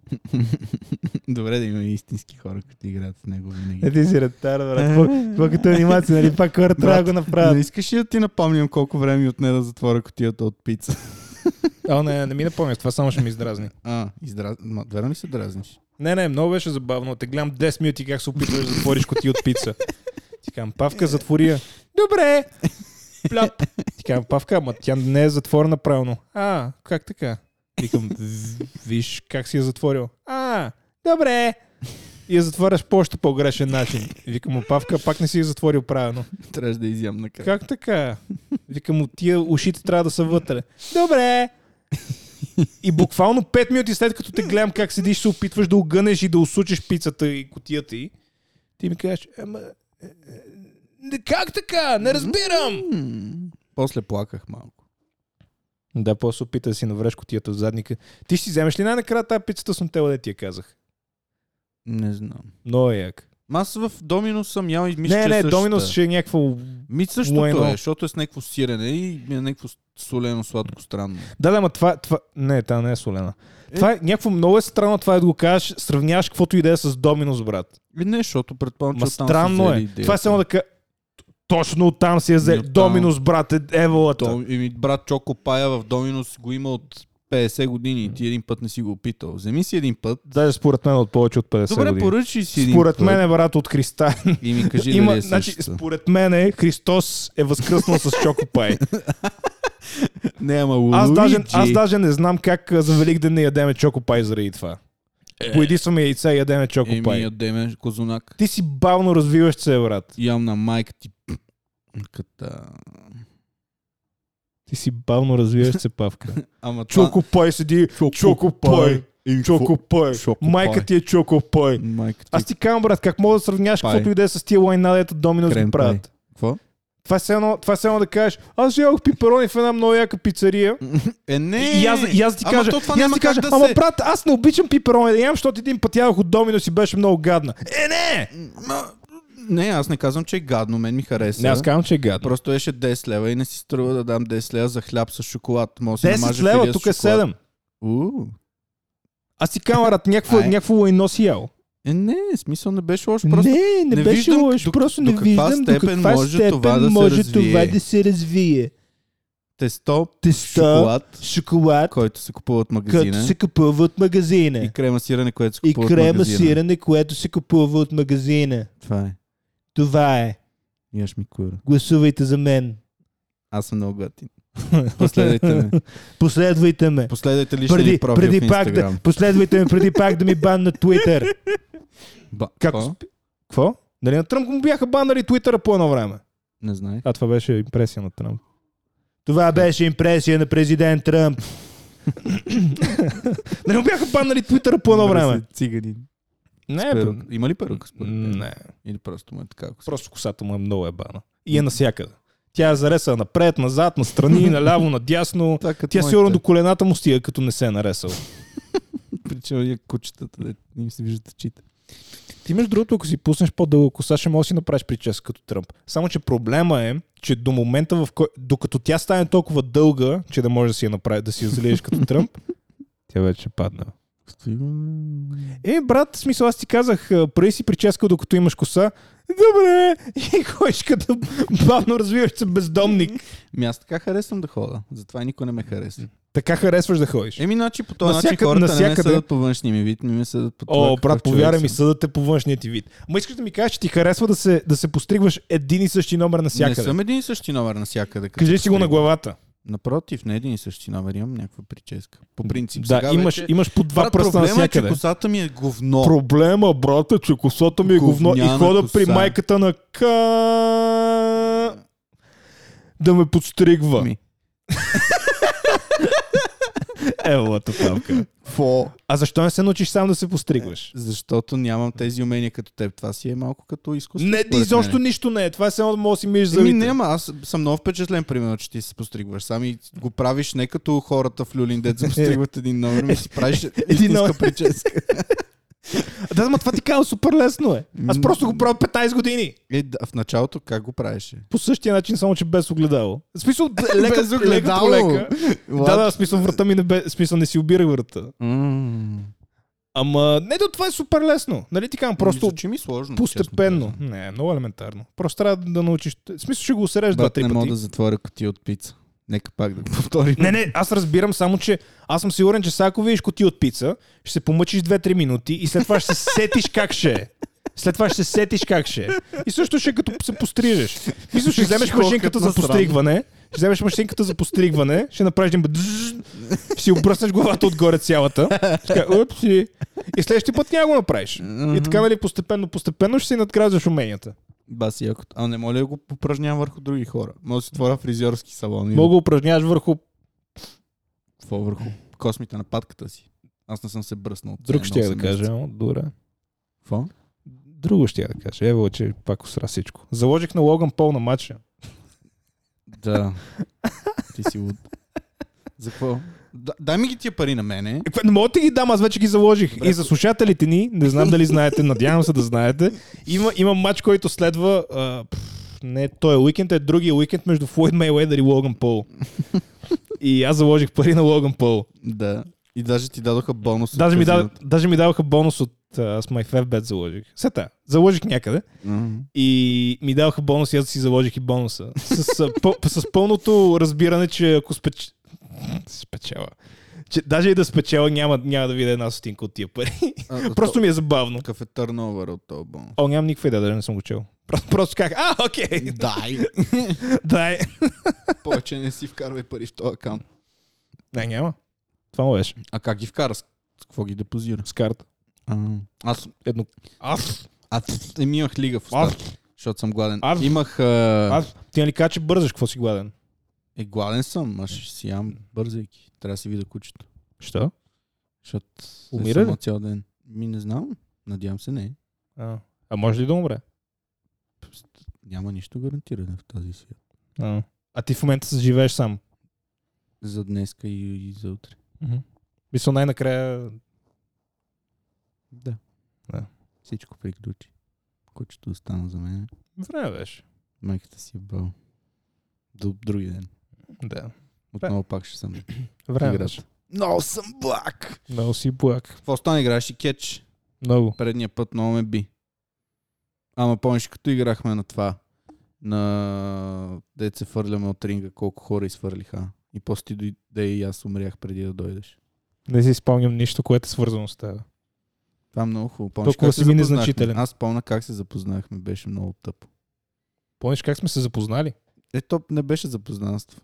S2: [laughs] Добре да има истински хора, които играят с него винаги.
S1: Е, ти си ретар, брат. Какво- Какво като анимация, нали? Пак хора трябва да го
S2: Не
S1: направят.
S2: искаш ли да ти напомням колко време ми отне да затворя котията от пица?
S1: А, не, не ми напомня, това само ще ми издразни.
S2: А, издраз... Ма, верно ли се дразниш? [laughs]
S1: Не, не, много беше забавно. Те гледам 10 минути как се опитваш да затвориш коти от пица. Ти казвам, Павка, затвори я. Добре! Пляп. Ти казвам, Павка, ама тя не е затворена правилно. А, как така? Викам, «В- виж как си я затворил. А, добре! И я затваряш по още по-грешен начин. Викам, му, Павка, пак не си я затворил правилно.
S2: Трябваше да изям на крак.
S1: Как така? Викам му, тия ушите трябва да са вътре. Добре. И буквално 5 минути след като те гледам как седиш, се опитваш да огънеш и да усучиш пицата и котията й, ти ми кажеш, ама... е, е, не, Как така? Не разбирам!
S2: М. После плаках малко.
S1: Да, после опита да си навреш котията от задника. Ти ще си вземеш ли най-накрая тази пицата с нутела, де ти я казах?
S2: Не знам.
S1: Много е як.
S2: Ма Аз в Домино съм ял и мисля,
S1: Не,
S2: че е
S1: не,
S2: същата.
S1: Доминос ще е някакво...
S2: Ми същото
S1: Лайно.
S2: е, защото е с някакво сирене и е някакво солено, сладко, странно.
S1: Да, да, ма това, това... Не, тя не е солена.
S2: Е.
S1: Това е някакво много е странно това е да го кажеш, сравняваш каквото и да е с Доминос, брат.
S2: И Е, не, защото предполагам, че
S1: Ма
S2: оттам
S1: странно
S2: са
S1: е.
S2: взели идеята. Ами
S1: Това е само да кажа. Точно оттам си е взел.
S2: Оттам.
S1: Доминус, брат, е еволата.
S2: То, и ми брат Чоко Пая в Доминос го има от 50 години и ти един път не си го опитал. Вземи си един път.
S1: Даже според мен от повече от 50
S2: Добре,
S1: години.
S2: поръчи си един
S1: Според
S2: път
S1: мен е брат от Христа.
S2: и ми кажи
S1: Има,
S2: дали е
S1: значи,
S2: същата.
S1: според мен е, Христос е възкръснал с
S2: [laughs]
S1: Чокопай.
S2: Не, ама Луиджи.
S1: Аз даже, аз даже не знам как а, за Велик ден не ядеме Чокопай заради това. Поедисваме яйца и е ядеме
S2: Е. Еми,
S1: Чокопай.
S2: ядеме козунак.
S1: Ти си бавно развиваш се, брат.
S2: Ям на майка ти. Ката.
S1: Ти си бавно развиваш се,
S2: [laughs]
S1: Павка.
S2: Ама това-
S1: Чокопай седи. Чокопай.
S2: Чокопай. И
S1: Чокопай.
S2: Чокопай.
S1: Майка ти е Чокопай.
S2: Майка ти.
S1: Аз ти казвам, брат, как мога да сравняваш
S2: Пай.
S1: каквото и да е с тия лайна, дето Доминос
S2: Крем
S1: го правят.
S2: Какво?
S1: Това е, все едно, това е все едно да кажеш, аз ядох пиперони в една много яка пицария.
S2: Е, не.
S1: И аз, и аз ти
S2: Ама
S1: кажа,
S2: то това
S1: и аз
S2: няма
S1: ти
S2: как
S1: кажа
S2: да
S1: ама
S2: се-
S1: брат, аз не обичам пиперони да ям, защото един път ядох от Доминос и беше много гадна. Е, не!
S2: Ма, Не, аз не казвам, че е гадно. Мен ми хареса.
S1: Не, аз казвам, че е гадно.
S2: Просто беше 10 лева и не си струва да дам 10 лева за хляб с шоколад. Може да си
S1: 10
S2: намажа
S1: лева,
S2: филия с
S1: тук е
S2: шоколад.
S1: 7.
S2: У.
S1: Аз ти казвам, брат, някакво,
S2: Ай.
S1: някакво лайно си ял.
S2: Е, не, смисъл не беше лошо. Просто
S1: не,
S2: не виждам до- до каква степен може това да се развие.
S1: се развие.
S2: тесто,
S1: Тесто,
S2: шоколад,
S1: шоколад,
S2: който се купува от магазина.
S1: купува от магазина.
S2: И крема сирене, което се
S1: и
S2: купува от
S1: крема
S2: магазина.
S1: сирене, което се купува от магазина.
S2: Това е.
S1: Това е.
S2: Яш ми кура.
S1: Гласувайте за мен.
S2: Аз съм много
S1: [laughs]
S2: готин. Последвайте ме.
S1: Последвайте ме.
S2: Последвайте личния
S1: Преди,
S2: ми профил
S1: преди
S2: в
S1: пак да,
S2: Инстаграм.
S1: последвайте ме преди пак да ми бан на Twitter.
S2: Ба,
S1: Както
S2: какво?
S1: спи- Какво? Нали на Тръмп му бяха банали Твитъра по едно време?
S2: Не знаех.
S1: А това беше импресия на Тръмп. Това беше импресия на президент
S2: [laughs]
S1: Тръмп. нали му бяха банали Твитъра по едно
S2: Добре,
S1: време?
S2: си Циганин.
S1: Не, бе.
S2: Перук. Има ли перука според теб?
S1: не.
S2: Или просто му е така? Ако си-
S1: Просто косата му е много ебана. И е насякъде. Тя е заресана напред, назад, настрани, [laughs] наляво, надясно.
S2: Така, като
S1: Тя
S2: моите.
S1: сигурно до колената му стига, като не се е наресал.
S2: Причина и кучетата, де не им се виждат очите.
S1: Ти, между другото, ако си пуснеш по-дълго коса, ще можеш да си направиш прическа като Тръмп. Само, че проблема е, че до момента, в кой... докато тя стане толкова дълга, че да можеш да си я направи, да си я залиеш като Тръмп, [laughs] тя вече е падна. Е, брат, в смисъл, аз ти казах, а, прави си прическа, докато имаш коса. Добре, [laughs] и ходиш като бавно развиваш се бездомник.
S2: Ми Ами аз така харесвам да хода. Затова никой не ме харесва.
S1: Така харесваш да ходиш.
S2: Еми, значи по този начин
S1: Насяка-
S2: хората не ме
S1: насякъде.
S2: съдат по външния ми вид, не ме съдат по това
S1: О,
S2: какъв
S1: брат,
S2: човек
S1: повярвай
S2: съм.
S1: ми, съдът те по външния ти вид. Ма искаш да ми кажеш, че ти харесва да се, да се постригваш един и същи номер
S2: Не
S1: навсякъде.
S2: съм е един и същи номер навсякъде. като
S1: Кажи си го на
S2: постригна.
S1: главата.
S2: Напротив, не един и същи номер, имам някаква прическа. По принцип.
S1: Да,
S2: сега
S1: имаш,
S2: вече...
S1: имаш по два
S2: Брат,
S1: пръста
S2: проблема е, че
S1: навсякъде.
S2: косата ми е говно.
S1: Проблема, брат, е, че косата ми е говно и
S2: Говняна
S1: хода
S2: коса.
S1: при майката на ка... да ме подстригва.
S2: Ми.
S1: Елата папка.
S2: Фо.
S1: А защо не се научиш сам да се
S2: Е,
S1: постригваш?
S2: Защото нямам тези умения като теб. Това си е малко като изкуство.
S1: Не,
S2: според мен.
S1: изобщо нищо не е. Това е само да можеш да си миеш за
S2: Еми, не, ама аз съм много впечатлен, примерно, че ти се постригваш. Сами го правиш не като хората в Люлин, дет се постригват един номер, ми
S1: [laughs]
S2: си правиш истинска
S1: номер.
S2: прическа.
S1: Да, ама това ти казва супер лесно е. Аз
S2: М.
S1: просто го правя 15 години.
S2: Е, да, в началото как го правиш? е?
S1: По същия начин, само че без огледало. В [laughs] смисъл, д- лека,
S2: Без
S1: лека
S2: огледало.
S1: по лека. Да, да, в смисъл врата ми не бе, в смисъл не си обирах врата.
S2: М.
S1: Ама, не, то това е супер лесно. Нали ти казвам, просто
S2: Мисля, че ми е сложно.
S1: постепенно. Не, много елементарно. Просто трябва да научиш. В смисъл, ще го усереш
S2: Брат,
S1: два-три
S2: не мога
S1: пъти.
S2: да затворя котия от пица. Нека пак да го повторим.
S1: Не, не, аз разбирам само, че аз съм сигурен, че сега ако видиш коти от пица, ще се помъчиш 2-3 минути и след това ще се сетиш как ще е. След това ще се сетиш как ще е. И също ще е като се пострижеш. Мисля, ще вземеш
S2: Школката
S1: машинката за
S2: насрам.
S1: постригване, ще вземеш машинката за постригване, ще направиш един бдзз, ще си обръснеш главата отгоре цялата. Ще кажа, «Упси». И следващия път няма го направиш. И така, нали, постепенно, постепенно ще си надграждаш уменията.
S2: Баси якото. А не моля да го попражнявам върху други хора. Мога да си отворя фризьорски салон. и
S1: Мога да упражняваш върху
S2: Какво върху космите на патката си? Аз не съм се бръснал. от
S1: друг,
S2: едно
S1: ще я да
S2: осем месеца.
S1: кажа. но Добре.
S2: Какво?
S1: Друго ще я да кажа. Ево, че пак усра всичко. Заложих на Логан Пол на матча.
S2: Да. Ти си луд. За какво? Да, дай ми ги тия пари на мене.
S1: Е, какво- Не мога да ти ги дам, аз вече ги заложих.
S2: Добре.
S1: И за слушателите ни, не знам дали знаете, надявам се да знаете, има, има матч, който следва а, пф, не той уикенд, е другия уикенд между Флойд Мейлейдър и Логан Пол. И аз заложих пари на Логан Пол.
S2: Да. И даже ти дадоха бонус. от
S1: Даже ми, дав,
S2: казиното.
S1: даже ми даваха бонус от а, с MyFFBet заложих. Сета, заложих някъде.
S2: Мгм.
S1: и ми даваха бонус, и аз си заложих и бонуса. С, а, пъл- с пълното разбиране, че ако спеч... спечела. Че даже и да спечела, няма, няма да видя една стотинка от тия пари.
S2: А,
S1: Просто ми е забавно.
S2: то- Какъв е търновър от този бонус?
S1: О, нямам никаква идея, даже не съм го чел. Просто, просто как, а, [laughs] окей,
S2: Дай! [laughs]
S1: дай.
S2: Повече не си вкарвай пари в този акаунт.
S1: Не, няма. Това му беше.
S2: А как ги вкара? С какво ги депозира?
S1: С карта.
S2: Аз,
S1: Едно. Аз.
S2: аз им имах лига в
S1: Аз.
S2: устата, защото съм гладен.
S1: Аз.
S2: Имах... а,
S1: Аз. Ти нали кажа, че бързаш, какво си гладен?
S2: Е, гладен съм, аз ще си ям бързайки. Трябва да си видя кучето.
S1: Що?
S2: Защото
S1: Умира
S2: Умира
S1: ли?
S2: ли? цял ден. Ми не знам. Надявам се не.
S1: А, а може ли да умре?
S2: Няма нищо гарантирано в тази свят.
S1: А, а ти в момента се живееш сам.
S2: За днеска и, и за утре.
S1: Мисля, най-накрая
S2: Да.
S1: Да.
S2: Всичко приключи. Кучето остана за мен.
S1: време беше.
S2: Майката си е бал. До други ден.
S1: Да.
S2: Отново пак ще съм.
S1: Време
S2: Играта.
S1: беше.
S2: Много съм блак!
S1: Много си благ.
S2: Какво стана? Играеш и кетч?
S1: Много.
S2: Предния път много ме би. Ама помниш, като играхме на това, на деца фърляме от ринга, колко хора изфърлиха. И после ти дойде и аз умрях преди да дойдеш.
S1: Не си спомням нищо, което е свързано с това.
S2: Това е много хубаво. Помниш
S1: Толкова
S2: как се
S1: си ми
S2: запознахме?
S1: незначителен.
S2: Аз помня как се запознахме, беше много тъпо.
S1: Помниш как сме се запознали?
S2: Е, то не беше запознанство.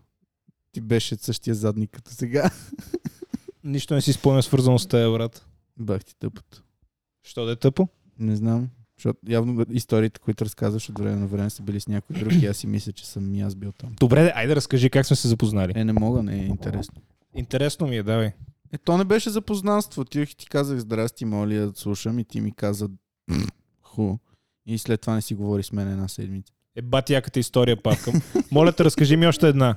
S2: Ти беше същия задник като сега.
S1: Нищо не си спомням свързано с тази, брат.
S2: Бах ти тъпото.
S1: Що да е тъпо?
S2: Не знам. Защото явно историите, които разказваш от време на време са били с някой друг и аз си мисля, че съм и аз бил там.
S1: Добре, де, айде разкажи как сме се запознали.
S2: Е, не мога, не е интересно.
S1: Интересно ми е, давай.
S2: Е, то не беше запознанство. Отивах и ти казах, здрасти, моля ли да слушам и ти ми каза [clears throat] ху. И след това не си говори с мен една седмица.
S1: Е, бати яката история, папка. Моля те, разкажи ми още една.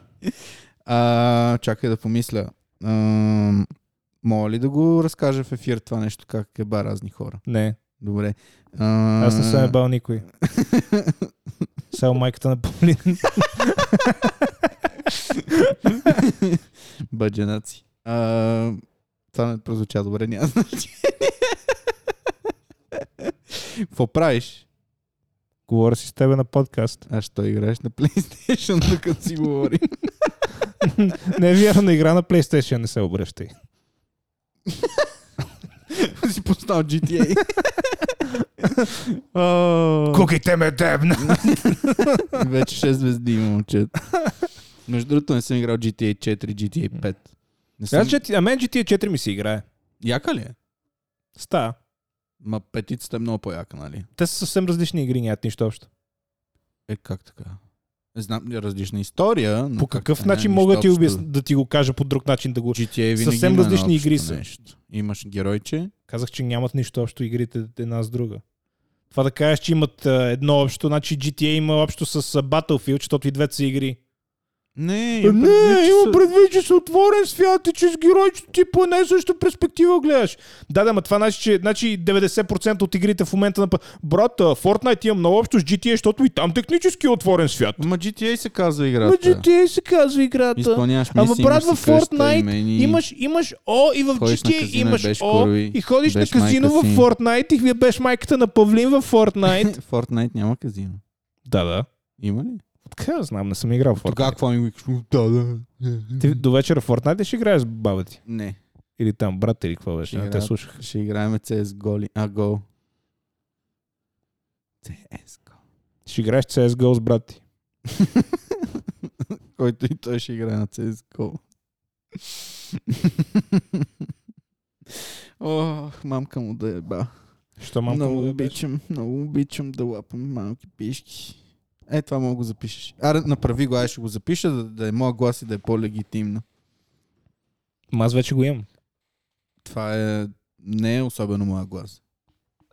S2: А, чакай да помисля. Ам, мога ли да го разкажа в ефир това нещо, как е ба разни хора?
S1: Не,
S2: Добре. А,
S1: аз не съм е бал никой. Само майката на Павлин.
S2: [laughs] Бъдженаци. А, това не прозвуча добре, няма значение. Какво правиш?
S1: Говоря си с тебе на подкаст.
S2: А що играеш на PlayStation, докато си говори?
S1: Не е вярно, на игра на PlayStation не се обръщай.
S2: си поставил GTA.
S1: Куките ме дебна!
S2: Вече 6 звезди има момчета. Между другото не съм играл GTA 4, GTA 5. Не съм...
S1: Значи, а мен GTA 4 ми се играе.
S2: Яка ли е?
S1: Ста.
S2: Ма петицата е много по-яка, нали?
S1: Те са съвсем различни игри, нямат нищо общо.
S2: Е, как така? Е, Знам, различна история, но
S1: По
S2: как
S1: какъв
S2: така,
S1: начин
S2: няма
S1: мога да
S2: нищо
S1: ти,
S2: общо.
S1: обясня, да ти го кажа по друг начин да го...
S2: GTA винаги
S1: Съвсем
S2: има
S1: различни
S2: общо
S1: игри са.
S2: Нещо. Имаш геройче,
S1: Казах, че нямат нищо общо игрите една с друга. Това да кажеш, че имат а, едно общо, значи GTA има общо с а, Battlefield, защото и двете са игри.
S4: Не,
S1: Е,
S4: имам предвид,
S1: Не,
S4: че
S1: има
S4: са-
S1: предвид, че си отворен свят и че с геройчето ти по една и съща перспектива гледаш. Да, да, ма това значи, че значи 90% от игрите в момента на... пъ- Брат, а, Fortnite има много общо с GTA, защото и там технически е отворен свят.
S2: Ма GTA се казва
S1: Ма
S2: играта.
S1: GTA се казва играта.
S2: Изпълняваш мисии,
S1: Ама брат,
S2: имаш
S1: във
S2: си къща,
S1: Fortnite
S2: имени.
S1: имаш, имаш О и в
S2: Ходиш на
S1: GTA
S2: казино и
S1: имаш
S2: беш
S1: О
S2: корови,
S1: и ходиш на
S2: беш майка
S1: казино в
S2: си.
S1: Fortnite и вие беше майката на Павлин в
S2: [laughs]
S1: Fortnite.
S2: Fortnite няма казино.
S1: да, да.
S2: Има ли?
S1: Така, знам, не съм играл в Fortnite.
S2: Тогава какво ми викаш? Да, да.
S1: Ти до вечера в Fortnite ли ще играеш с баба ти?
S2: Не.
S1: Или там брат или какво беше? Не те
S2: Играят.
S1: слушах.
S2: Ще играем CSGO ли? А, Go. CSGO.
S1: Ще играеш CSGO с брат ти.
S2: [laughs] Който и той ще играе на CSGO. [laughs] Ох, мамка му да е ба.
S1: Що мамка
S2: много
S1: му да беше?
S2: обичам, много обичам да лапам малки пишки. Е, това мога да го запишеш. Аре, направи го, аз ще го запиша, да, да е моя глас и да е по-легитимно.
S1: Ма аз вече го имам.
S2: Това е... не е особено моя глас.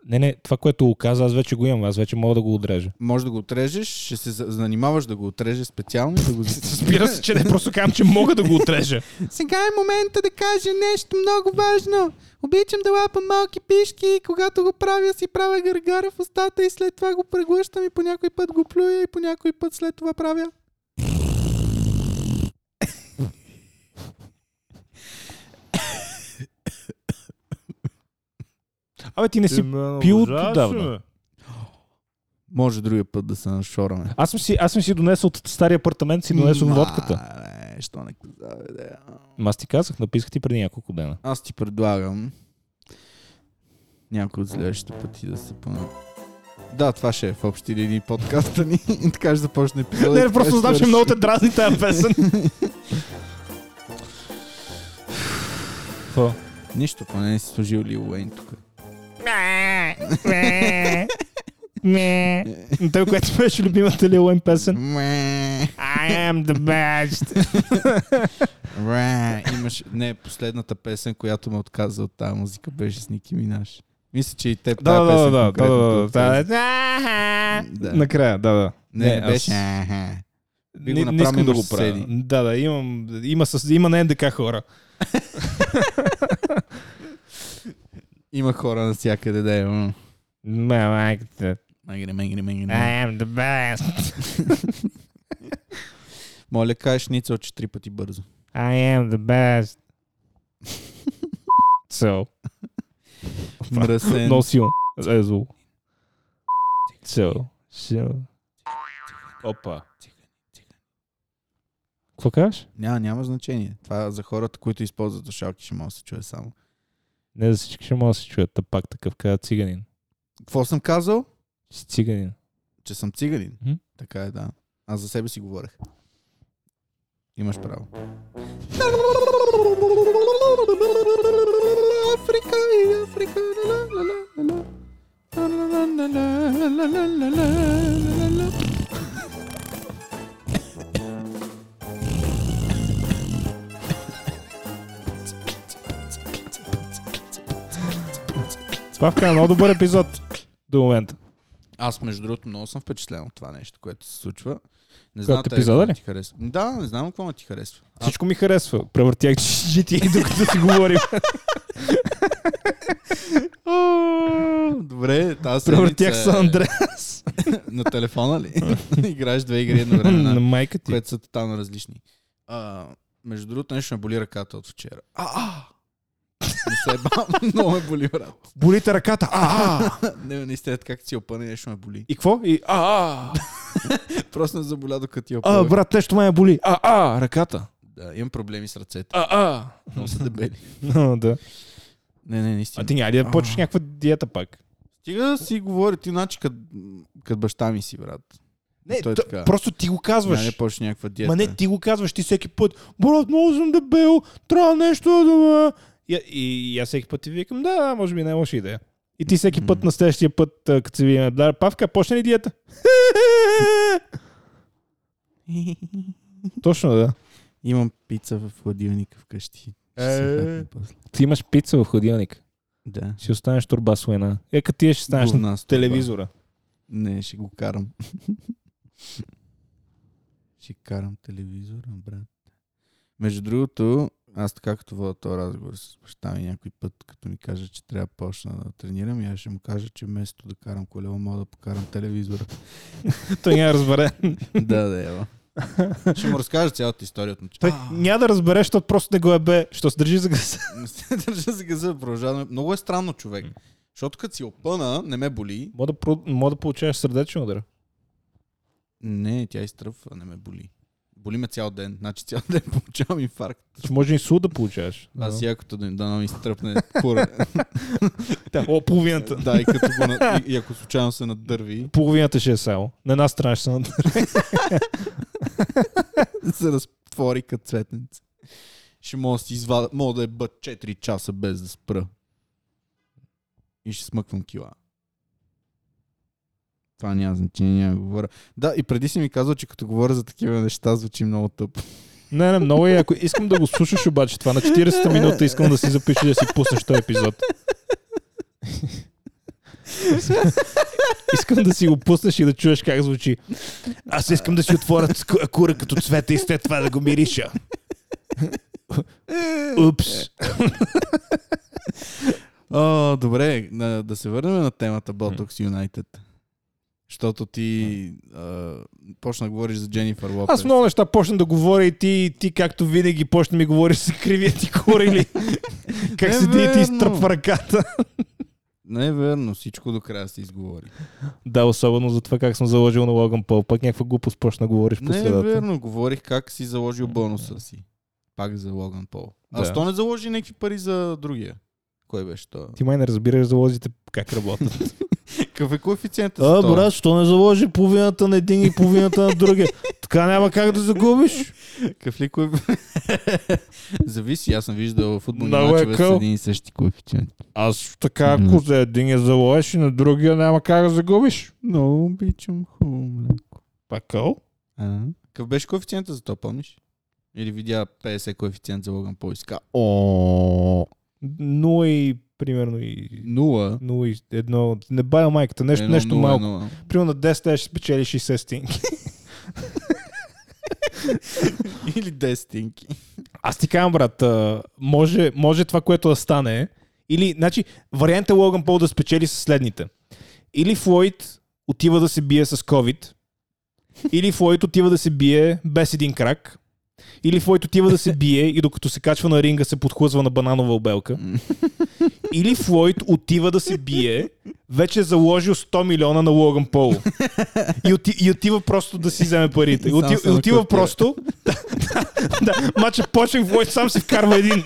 S1: Не, не, това, което го каза, аз вече го имам. Аз вече мога да го
S2: [laughs]
S1: отрежа.
S2: Може да го отрежеш, ще се за- занимаваш да го отрежеш специално и да го запишеш.
S1: Разбира се, че не просто казвам, че мога да го отрежа.
S2: [laughs] Сега е момента да кажа нещо много важно. Обичам да лапам малки пишки и когато го правя си правя гаргара в устата и след това го преглъщам и по някой път го плюя и по някой път след това правя.
S1: Абе, ти не
S4: Ти
S2: Е,
S1: си...
S4: ме
S1: пил
S4: уважаваш,
S1: отдавна.
S4: бе.
S2: Може другия път да се нашораме.
S1: Аз съм си, аз съм си донесъл от стария апартамент, си донесъл водката.
S2: Не, що не каза, бе, да.
S1: Ма аз ти казах, написах ти преди няколко дена.
S2: Аз ти предлагам някой от следващите пъти да се пъна. Да, това ще е в общи линии подкаста ни. [laughs] И така ще започне епизода. и
S1: Не,
S2: така
S1: просто
S2: ще
S1: знам, че
S2: свърши.
S1: много те дразни тази песен.
S2: Нищо, поне не си служил Лил Уейн тук.
S1: Той, което беше любимата Лил Уейн песен.
S2: Мре,
S1: I am the best.
S2: мре. Имаш... Не, последната песен, която ме отказа от тази музика, беше с Ники Минаш. Мисля, че и теб
S1: Да,
S2: тази
S1: да,
S2: песен
S1: да, да,
S2: конкретно те
S1: да, да,
S2: отказа.
S1: да.
S2: Да.
S1: е- Накрая, да, да.
S2: Не, не
S1: аз-
S2: беше. аха. Би го
S1: Не, не
S2: направил,
S1: искам да
S2: имаш
S1: го правя.
S2: съседи.
S1: Да, да, имам, има, със, има на НДК [laughs] хора.
S2: Има хора навсякъде, да е. м.
S1: Ме, майката.
S2: Мегри, мегри, мегри.
S1: I am the best.
S2: Моля, кажеш Ницел, че три пъти бързо.
S1: I am the best. So,
S2: Мръсен.
S1: много силно. Е, зло. So, so. Опа. Какво кажеш?
S2: Няма, няма значение. Това за хората, които използват слушалки, ще може да се чуе само.
S1: Не за всички ще могат да се чуят, а пак такъв каза циганин.
S2: Какво съм казал?
S1: Си циганин.
S2: Че съм циганин.
S1: Мгм.
S2: Така е, да. Аз за себе си говорех. Имаш право. Африка и Африка.
S1: Славка, е много добър епизод до момента.
S2: Аз, между другото, много съм впечатлен от това нещо, което се случва. Не
S1: Как
S2: знам тебе
S1: епизода
S2: какво
S1: ли?
S2: ти харесва. Да, не знам какво ти харесва. А,
S1: Всичко ми харесва. Превъртях GTA докато си говорим.
S2: Добре, тази
S1: Превъртях
S2: седмица
S1: Сан
S2: е-
S1: Андреас.
S2: На
S1: [laughs]
S2: телефона ли? [laughs] Играеш две игри едновременно,
S1: На
S2: време,
S1: майка ти.
S2: които са тотално различни. А, между другото, нещо ме боли ръката от вчера. А, а! Не се бавам, [laughs] много ме боли, брат.
S1: Болите ръката. А,
S2: Не, не сте как си опъне, нещо ме боли.
S1: И какво? И а,
S2: Просто не заболя, докато ти опъне.
S1: а, брат, нещо ме боли. А, а, ръката.
S2: Да, имам проблеми с ръцете.
S1: А, [laughs] а.
S2: Много са дебели.
S1: да.
S2: Не, не,
S1: А
S2: наистина.
S1: ти няма ли да почнеш някаква диета пак?
S2: Стига да си говори, ти значи като като баща ми си, брат.
S1: Не,
S2: Той е
S1: то-
S2: така.
S1: просто ти го
S2: Няма
S1: казваш.
S2: не почне някаква диета.
S1: Ма не, ти го казваш ти всеки път. Брат, много съм дебел, трябва нещо да... ме-" И, и, и аз всеки път ти викам, да, да, може би не е лоша идея. И ти всеки път на следващия път, а, като се видим, да, Павка, почне ли диета? Точно, да.
S2: Имам пица в хладилника вкъщи. Ще се
S1: Е.
S2: хапна после.
S1: Ти имаш пица в хладилник.
S2: Да.
S1: Ще останеш турба с луена. Е, като ти ще останеш на
S2: Говна с това.
S1: телевизора.
S2: Не, ще го карам. [laughs] Ще карам телевизора, брат. Между другото, аз така като водя този разговор с баща ми някой път, като ми каже, че трябва да почна да тренирам, и аз ще му кажа, че вместо да карам колело, мога да покарам
S1: [laughs]
S2: телевизора.
S1: Той няма да разбере.
S2: да,
S1: [laughs]
S2: да, ева. Ще му разкажа цялата история от
S1: Той
S2: началото.
S1: няма да разбере, защото просто не го е бе. Що се държи за гъса. [laughs]
S2: Не се държа за газа, продължаваме. Много е странно човек. Защото като си опъна, не ме боли.
S1: Мога да, про- мога да получаваш сърдечен удар.
S2: Не, тя изтръпва, не ме боли. Боли ме цял ден. Значи цял ден [laughs] получавам инфаркт.
S1: Ще може инсулт да получаваш.
S2: Аз
S1: Да.
S2: якото да, да ми изтръпне кура.
S1: Да. О, половината.
S2: [laughs] да, и, като го на... и, и ако случайно се надърви,
S1: Половината ще е само. На една страна ще се надър.
S2: [laughs] се разтвори като цветенце. Ще мога да, си извада, мога да е бъд 4 часа без да спра. И ще смъквам кила. Това няма значение, няма да говоря. Да, и преди си ми казал, че като говоря за такива неща, звучи много тъпо.
S1: Не, не, много е. Ако искам да го слушаш обаче това, на 40-та минута искам да си запишеш и да си пуснеш този епизод. искам да си го пуснеш и да чуеш как звучи. Аз искам да си отворя ц- кура като цвете и след това да го мириша. Упс.
S2: О, добре, на, да се върнем на темата Botox United. Защото ти а, почна да говориш за Дженнифър Лопес.
S1: Аз много неща почна да говоря и ти, ти както винаги почна ми говориш за кривия ти кур или как
S2: Не,
S1: се ти и ти
S2: верно.
S1: изтръпва ръката.
S2: Не е верно, всичко до края се изговори.
S1: Да, особено за това как съм заложил на Логан Пол. Пак някаква глупост почна да говориш по
S2: Не е
S1: средата.
S2: верно, говорих как си заложил бонуса си. Пак за Логан Пол. А
S1: Да.
S2: защо не заложи някакви пари за другия? Кой беше то?
S1: Ти май не разбираш залозите как работят.
S2: [laughs] Какъв е
S1: [laughs]
S2: коефициентът?
S1: а,
S2: за това?
S1: брат, що не заложи половината на един и половината на другия? Така няма как да загубиш.
S2: [laughs] Какъв ли коефициент? [laughs] Зависи, аз съм виждал футболни
S1: Много е
S2: мачове с
S1: къл.
S2: един и същи коефициент.
S1: Аз така, ако за един я заложиш и на другия няма как да загубиш.
S2: Много обичам хубаво мляко.
S1: Пак кол?
S2: Какъв беше коефициента за това, помниш? Или видя 50 коефициент за Логан Пол и ска.
S1: О. Но и примерно и
S2: Нула.
S1: но и едно... Не бая майката, нещо,
S2: Едно
S1: нещо
S2: нула,
S1: малко.
S2: нула.
S1: Примерно на 10 те ще спечели 60 стинки.
S2: Или 10 стинки.
S1: Аз ти казвам, брат, а, може, може това, което да стане. Или, значи, вариант е Логан Пол да спечели със следните. Или Флойд отива да се бие с COVID. Или Флойд отива да се бие без един крак. Или Флойд отива да се бие и докато се качва на ринга се подхлъзва на бананова обелка. Или Флойд отива да се бие, вече е заложил 100 милиона на Логан Пол. И, оти, и отива просто да си вземе парите. И
S2: Сам
S1: оти,
S2: се
S1: и отива
S2: накупира.
S1: просто... Да, да, да, мача почва и Флойд сам се вкарва един.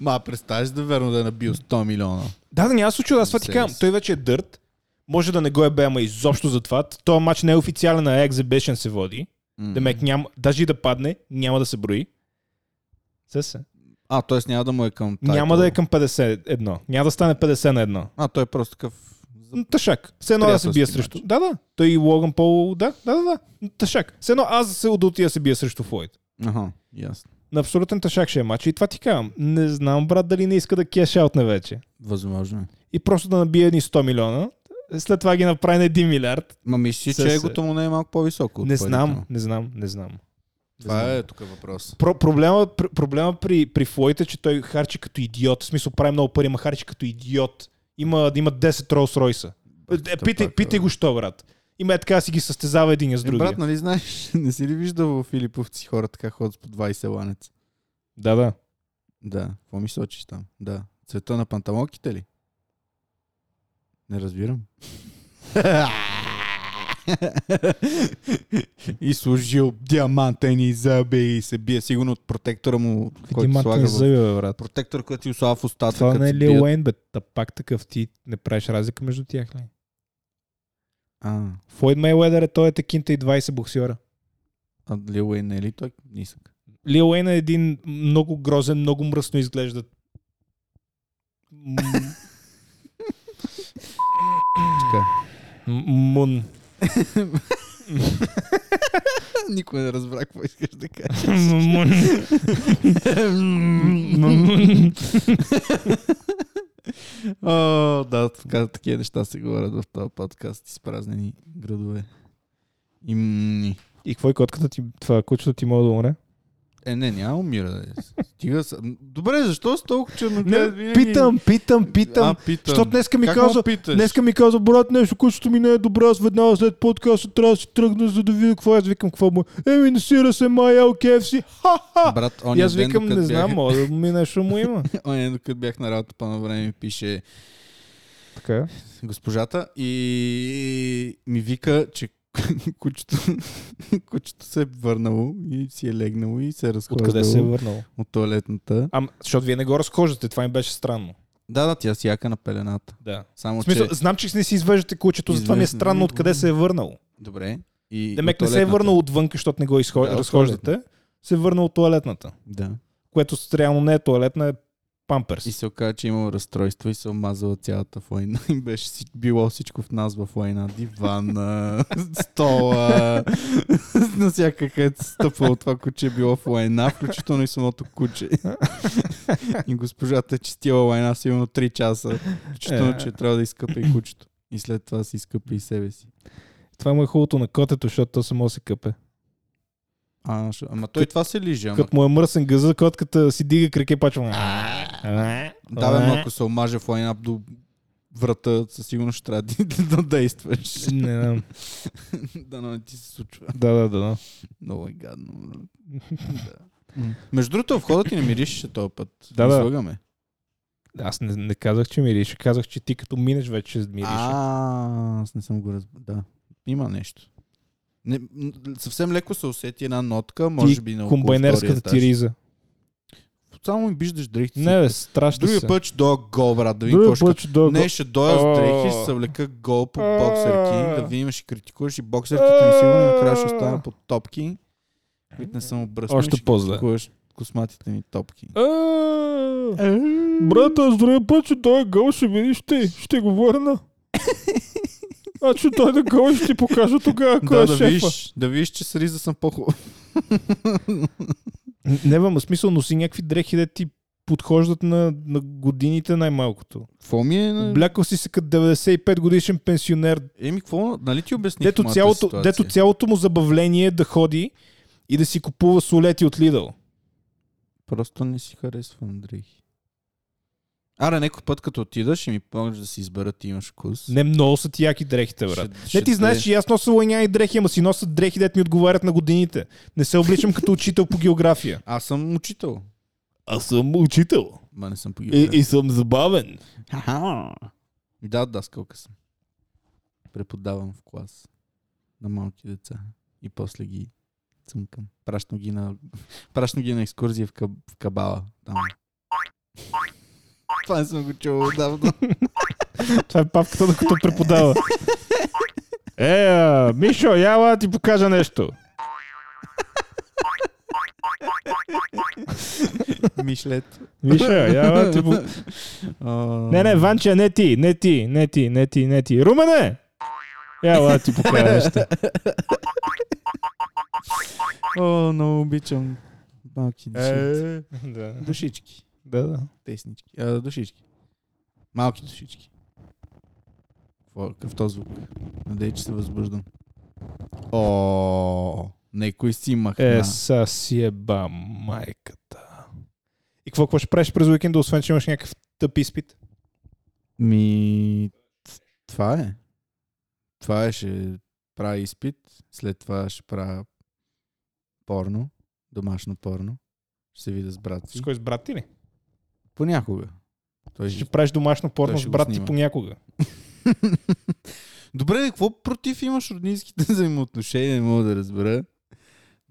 S2: Ма, представяш да верно да е набил 100 милиона.
S1: Да, да, няма случай, аз това ти
S2: Се-
S1: казвам. Той вече е дърт. Може да не го е бе, ама изобщо за това. Този матч не е официален, а е екзебешен се води.
S2: М.
S1: Демек, няма, даже и да падне, няма да се брои. Се се.
S2: А, т.е. няма да му е към тайтъл.
S1: Няма да е към 50 едно. Няма да стане 50 на едно.
S2: А, той е просто такъв...
S1: М, Тъшак. Все едно да се
S2: Приятелски
S1: бие
S2: матч.
S1: срещу. Да, да. Той и Логан Пол, да, да, да, да. М, Тъшак. Все едно аз се удотия се бия срещу Флойд.
S2: Аха, ясно.
S1: На абсолютен тъшак ще е матч. И това ти казвам. Не знам, брат, дали не иска да кеш аутне вече.
S2: Възможно е.
S1: И просто да набие едни 100 милиона. След това ги направи на 1 милиард.
S2: Ма мислиш,
S1: Се-
S2: че
S1: се.
S2: егото му не е малко по-високо? от
S1: не
S2: парите
S1: знам,
S2: му?
S1: не знам, не знам.
S2: Това е тук въпрос.
S1: Про- проблема, пр- проблема при, при Флойд е, че той харчи като идиот. В смисъл прави много пари, ма харчи като идиот. Има, има 10 Ролс Ройса. Е, питай,
S2: пак,
S1: питай
S2: бе.
S1: го, що, брат. Има е така си ги състезава един с
S2: Е,
S1: другия.
S2: брат, нали знаеш, [laughs] не си ли виждал в Филиповци хора така ходят с по 20 ланец?
S1: Да, да.
S2: Да, какво ми сочиш там? Да. Цвета на панталонките ли? Не разбирам. и служил диамантени зъби и се бие сигурно от протектора му, който слага
S1: Димантен
S2: в...
S1: зъби, бе, брат.
S2: Протектор, който ти слага в устата.
S1: е Това
S2: като
S1: не е
S2: се
S1: ли
S2: бият.
S1: Уейн, бе? Та пак такъв ти не правиш разлика между тях, ли?
S2: А,
S1: Флойд Мейуедър е той е текинта и 20 боксиора.
S2: а Лил Уейн не е ли той
S1: [laughs]
S2: нисък?
S1: Лил Уейн е един много грозен, много мръсно изглежда. М-
S2: Така.
S1: м- Мун.
S2: Никой не разбра какво искаш да кажеш.
S1: Мун. Мун.
S2: О, да, така, такива неща се говорят в този подкаст. Изпразнени градове. И м-
S1: И какво е котката ти, това кучето ти може да умре?
S2: е, не, няма умира. Е. Стига с... Добре, защо с толкова
S1: Не,
S2: черноглед винаги...
S1: питам, питам,
S2: А,
S1: питам.
S2: питам.
S1: Защото днеска ми
S2: Как
S1: каза,
S2: ме питаш?
S1: днеска ми каза, брат, нещо, кучето ми не е добре, аз веднага след подкаста трябва да си тръгна, за да видя какво е. Аз викам, какво му е. Еми, не сира се, май, LKFC. Ха-ха!
S2: Брат,
S1: И
S2: оня
S1: аз
S2: ден,
S1: викам,
S2: докато
S1: не знам,
S2: бях-
S1: може да ми нещо му има. [laughs]
S2: Оня ден, докато бях на работа, по на време ми пише
S1: Така. е.
S2: госпожата и ми вика, че [laughs] кучето, кучето се е върнало и си е легнало и се е
S1: Откъде се е
S2: разхождало
S1: върнал?
S2: от туалетната.
S1: Ам, защото вие не го разхождате, това им беше странно.
S2: Да, да, тя си яка на пелената.
S1: Да.
S2: Само,
S1: В смисъл,
S2: че...
S1: знам, че не си извеждате кучето, затова ми е
S2: Извеждам.
S1: странно откъде се е върнал.
S2: Добре. И
S1: Демек
S2: от
S1: не се е
S2: тоалетната.
S1: върнал отвън, защото не го изхо...
S2: Да, от
S1: разхождате, се е върнал от туалетната.
S2: Да.
S1: Което с- реално не е туалетна, е памперс.
S2: И се оказа, че имал разстройство и се омазала цялата война. [laughs] И беше си, било всичко в нас в война. Дивана, [laughs] стола, [laughs] на всяка където се стъпало това куче е било в война, включително и самото куче. [laughs] и госпожата е чистила война сигурно 3 часа, включително, че трябва да изкъпи и кучето. И след това си изкъпи и себе си.
S1: Това му е хубавото на котето, защото то само се къпе.
S2: А, шо- ама той
S1: Кът-
S2: това се лижи, ама.
S1: Като му е мръсен газа, котката си дига краке, пачва.
S3: [laughs]
S2: Да, бе, ама ако се омаже в лайнап до врата, със сигурност ще трябва да, [laughs] да действаш.
S1: [laughs] Не, не,
S2: [laughs] да, но не ти се случва.
S1: да, да, да, да.
S2: Много е гадно. бе. да. Между другото, входът ти не миришеше този път.
S1: Да,
S2: Не
S1: да.
S2: Слагаме.
S1: Аз не, не казах, че мирише. Казах, че ти като минеш вече мирише.
S2: А, аз не съм го разбрал. Да. Има нещо. Не, м, съвсем леко се усети една нотка, може би на около
S1: Комбайнерската
S2: втория
S1: ти
S2: етаж.
S1: риза.
S2: Само ми виждаш дрехите. си.
S1: Не, бе, страшно
S2: Другия
S1: се.
S2: път ще дойда гол, брат, да видим
S1: Другия
S2: какво ще
S1: път ще дойда.
S2: Не, ще дойда с дрехи, ще
S1: О.
S2: се влека гол по
S1: А.
S2: боксерки, да видим, ще критикуваш и боксерките ми сигурно накрая ще остана под топки, които не съм обръснал.
S1: Още
S2: ще
S1: по-зле.
S2: критикуваш косматите ми топки.
S1: А, Брат, аз другия път ще дойда е гъл, ще видиш ти, ще го върна. А че дойда гъл и ще ти покажа тогава кой
S2: да,
S1: е
S2: да
S1: шефа.
S2: видиш, да видиш, че с риза съм по-хубав.
S1: Не, бе, ма смисъл, носи някакви дрехи, де ти подхождат на, на годините най-малкото.
S2: Какво ми е? на-
S1: Блякал си се като 95 годишен пенсионер,
S2: Еми, какво? Нали ти обясних
S1: дето
S2: моята
S1: цялото,
S2: ситуация?
S1: дето цялото му забавление е да ходи и да си купува солети от Лидъл.
S2: Просто не си харесвам дрехи. Аре, някой път като отидаш и ми помогнеш да си избера ти имаш вкус.
S1: Не много са ти яки дрехите, брат.
S2: Ще-
S1: Не, ти
S2: ще
S1: знаеш,
S2: те-
S1: че аз нося лъня и дрехи, ама си нося дрехи, дето ми отговарят на годините. Не се обличам като учител по география.
S2: Аз съм учител.
S1: Аз съм учител.
S2: Ма не съм
S1: И,
S2: погибнал.
S1: и съм забавен.
S2: Аха. Да, даскалка съм. Преподавам в клас на малки деца. И после ги цъмкам. Прашно ги на, [laughs] прашно ги на екскурзия в, каб, в Кабала. Там. Това не съм го чувал
S1: [laughs]
S2: отдавна.
S1: Това е папката, докато [laughs] преподава. Е, а, Мишо, яла да ти покажа нещо.
S2: Мишлет.
S1: Мишо, яла да ти по... Не, не, Ванче, не ти, не ти, не ти, не ти, не ти. Румене! Яла да ти покажа [laughs] нещо.
S2: О, много обичам малки
S1: Е.
S2: души.
S1: да.
S2: Душички.
S1: да, да.
S2: Теснички. А, душички. Малки душички. Какво е? Какъв този звук? Надей, че се възбуждам. О, некой си махна.
S1: Е, са си еба майката. И какво, какво ще правиш през уикенда, освен че имаш някакъв тъп изпит?
S2: Ми, т- това е. Това е, ще правя изпит, след това ще правя порно, домашно порно. Ще се видя с брат си.
S1: С кой с брат ти ли?
S2: Понякога. Той е
S1: Ще правиш домашно порно
S2: Той
S1: с
S2: ще го
S1: брат ти
S2: снима.
S1: понякога.
S2: Добре, какво против имаш роднинските [laughs] взаимоотношения, не мога да разбера.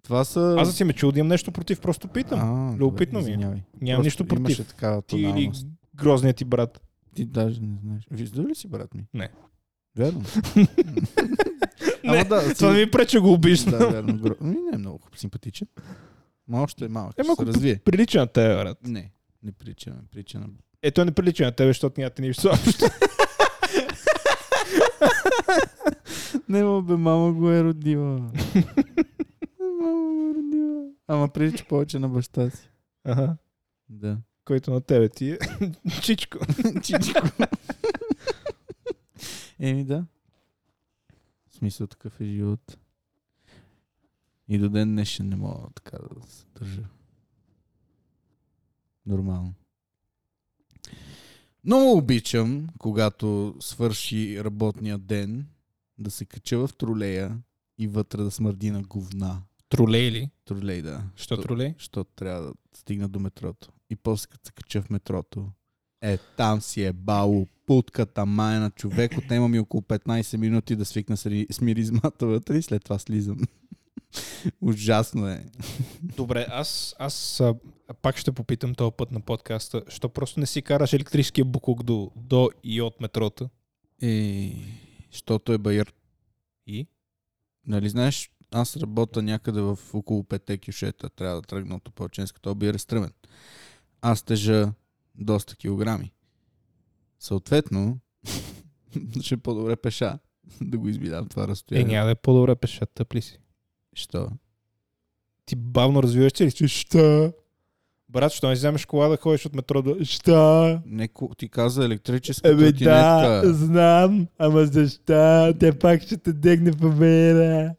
S2: Това са...
S1: Аз да си ме чудя, имам нещо против, просто питам.
S2: А,
S1: Любопитно ми е.
S2: извинявай.
S1: Нямам
S2: Просто
S1: нищо против.
S2: Имаше такава
S1: Ти или
S2: тоналност.
S1: грозният ти брат.
S2: Ти даже не знаеш. Виждал ли си брат ми?
S1: Не. [laughs]
S2: Вярно.
S1: Не,
S2: Ама да,
S1: Това не ми е пречи го обижда. [laughs]
S2: Да, вярно. Гро... Ми не е много симпатичен. Ма още е малък.
S1: Е,
S2: Е,
S1: малко
S2: се развие.
S1: Прилича на тебе, брат.
S2: Не, не прилича на прилича на...
S1: Е, той не прилича на тебе, защото нямате нищо общо.
S2: [laughs] Не, ма, бе, мама го
S1: [laughs]
S2: е родила. мама го е родила. Ама прилича повече на баща си.
S1: Ага.
S2: Да.
S1: Който на тебе ти е. [laughs] Чичко.
S2: Чичко. [laughs] Еми да. В смисъл такъв е живот. И до ден днешен не мога така да се държа. Нормално. Много обичам, когато свърши работния ден, да се кача в тролея и вътре да смърди на говна.
S1: Тролей ли?
S2: Тролей, да.
S1: Що
S2: Тр-
S1: тролей?
S2: Защото трябва да стигна до метрото. И после като се кача в метрото, е, там си е бало путката май на човек. Отнема ми около 15 минути да свикна с ри- с миризмата вътре и след това слизам. [laughs] Ужасно е.
S1: Добре, аз, аз а, пак ще попитам този път на подкаста, що просто не си караш електрическия букук до, до и от метрото?
S2: Е, щото е байър.
S1: И?
S2: Нали знаеш, аз работя някъде в около 5 кюшета. Трябва да тръгна от Опалченска. Той би е разтръмен. Аз тежа доста килограми. Съответно, [laughs] ще е по-добре пеша [laughs] да го избидам това
S1: Е,
S2: разстояние.
S1: няма да е по-добре пеша, тъпли си.
S2: Що?
S1: Ти бавно развиваш се ли? Ще- Ща? Брат, що не си вземеш кола да ходиш от метро до... Ща?
S2: Неко, ти каза електрическа
S1: Ами да,
S2: тротинетка.
S1: знам, ама защо? Те пак ще те дегне по бера.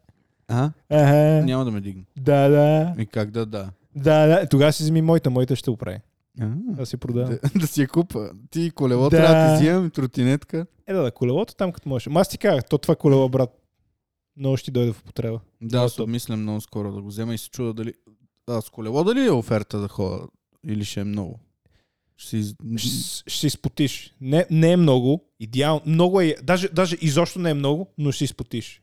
S2: А?
S1: Ага,
S2: Няма да ме дигне.
S1: да, да,
S2: И как да да?
S1: да, да. Тогава си вземи моята, моята ще оправи.
S2: А,
S1: Е, Да си продавам.
S2: да, [laughs] да си я купа. Ти колело
S1: Да.
S2: трябва да ти взимам и тротинетка.
S1: Е, да, да, колелото там като можеш. Ма аз ти казах, то това колело, брат, много ще ти дойде в употреба.
S2: Да, аз обмислям много скоро да го взема и се чуда дали... А с колело дали е оферта да ходя? Или ще е много? Ще си... из-
S1: Ще, с- ще се изпотиш. Не, не е много, идеално. Много е, даже, даже изобщо не е много, но ще се изпотиш.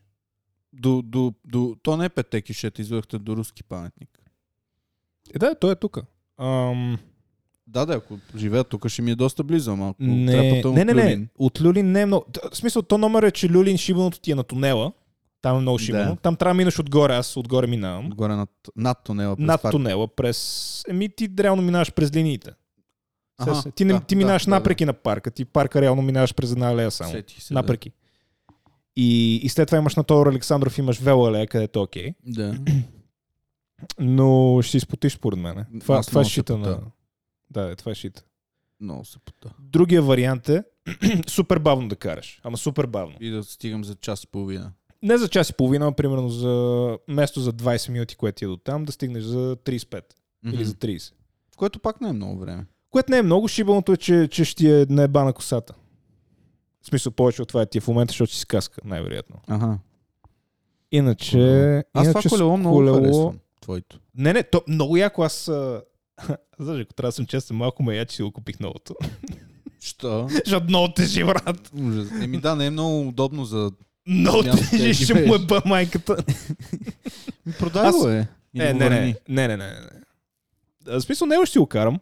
S2: До, до, до... То не е петеки, ще те извърхте до руски паметник.
S1: Е, да, той е тук. Ам...
S2: Да, да, ако живея тук, ще ми е доста близо, малко.
S1: Не, не, не, не. От Люлин не е много. Т- В смисъл, то номер е, че Люлин шибаното ти е на тунела. Там е много шибано.
S2: Да.
S1: Там трябва да минеш отгоре, аз отгоре минавам.
S2: Горе над, над тунела. през
S1: Над
S2: парк.
S1: тунела, през... Еми, ти реално минаваш през линиите.
S2: Аха,
S1: Сега се- ти, не, ти минаваш
S2: да,
S1: напреки на парка. Ти парка реално минаваш през една алея само.
S2: Сетих се, да.
S1: напреки. И, и след това имаш на Тодор Александров, имаш Велалея, където е окей.
S2: Да.
S1: Но ще изпотиш според мен. Това,
S2: Аз
S1: това е
S2: много се
S1: шита на...
S2: потя.
S1: Да, да, това е шита.
S2: [clears throat] Много се пота.
S1: Другия вариант е [clears throat] супер бавно да караш. Ама супер бавно.
S2: И да стигам за час и половина.
S1: Не за час и половина, а примерно за место за 20 минути, което ти е до там, да стигнеш за 35 или за 30.
S2: В което пак не е много време.
S1: Което не е много, шибаното е, че, че ще ти е наебана косата. В смисъл повече от това ти е в момента, защото си с каска, най-вероятно.
S2: Ага.
S1: Иначе...
S2: Аз това
S1: иначе с
S2: колело много харесвам. Твоето.
S1: Не, не, то много яко аз... а, [laughs] Знаеш, ако трябва да съм честен, малко ме я, че си го купих новото. [laughs]
S2: Що?
S1: Защото много тежи, брат.
S2: Ужас. Еми да, не е много удобно за...
S1: Много
S2: Няма да
S1: тежи, ще
S2: живееш.
S1: му е ба майката.
S2: Продай
S1: го,
S2: е.
S1: Е, не, не, не, не, не, не. А, В смисъл, него ще си го карам.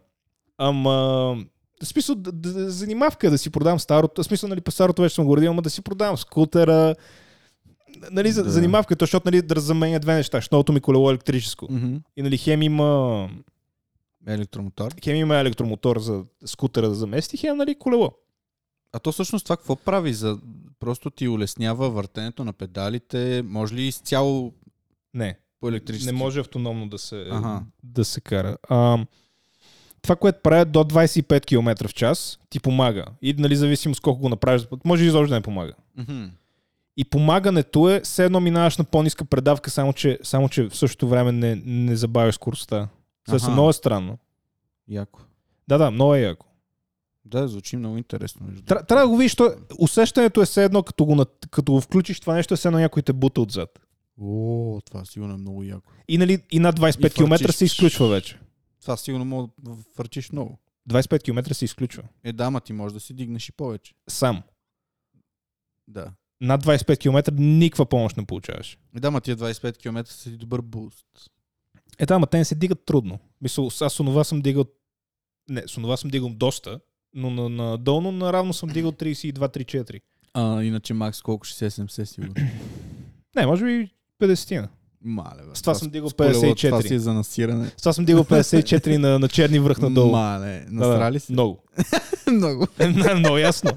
S1: Ама... В смисъл, д- д- д- занимавка е да си продавам старото. В смисъл, нали, по старото вече съм го родил, ама да си продавам скутера. Нали, за,
S2: Да.
S1: занимавка, то, защото, нали, да заменя две неща. Щното ми колело е електрическо. И, нали, хем има,
S2: Електромотор.
S1: хем има електромотор за скутера да замести, хем, нали, колело.
S2: А то всъщност това какво прави? За... Просто ти улеснява въртенето на педалите. Може ли изцяло
S1: Не,
S2: по електрически?
S1: не може автономно да се,
S2: Аха.
S1: да се кара. А, това, което правят до 25 км в час, ти помага. И нали, зависимо с колко го направиш, може и изобщо да не помага.
S2: Мгм.
S1: И помагането е, все едно минаваш на по-ниска предавка, само че, само че в същото време не, не забавяш скоростта. Също
S2: Аха.
S1: много е странно.
S2: Яко.
S1: Да, да, много е яко.
S2: Да, звучи много интересно. между
S1: Тра,
S2: другото.
S1: трябва да го видиш, то, усещането е все едно, като го, нат- като го включиш това нещо, е все едно някой те бута отзад.
S2: О, това сигурно е много яко.
S1: И, нали, и над 25
S2: И
S1: км
S2: фърчиш.
S1: се изключва вече.
S2: Това сигурно мога да въртиш много.
S1: 25 км се изключва.
S2: Е, да, ма ти можеш да си дигнеш и повече.
S1: Сам.
S2: Да.
S1: Над 25 км никаква помощ не получаваш.
S2: Е, да, ма тия 25 км са ти добър буст.
S1: Е, да, ама те не се дигат трудно. Мисъл, аз с онова съм дигал... Не, с онова съм дигал доста, но на, на долно наравно съм дигал 32-34.
S2: А, иначе Макс колко ще се 70 сигурно.
S1: Не, може би 50
S2: Мале, бе.
S1: С това съм дигал
S2: с колело,
S1: 54.
S2: Това си е за насиране.
S1: С това съм дигал 54 на, на черни връх надолу.
S2: Мале,
S1: Да, да,
S2: насрали се.
S1: Много. Е,
S2: Много.
S1: [laughs] Много
S2: [laughs]
S1: ясно.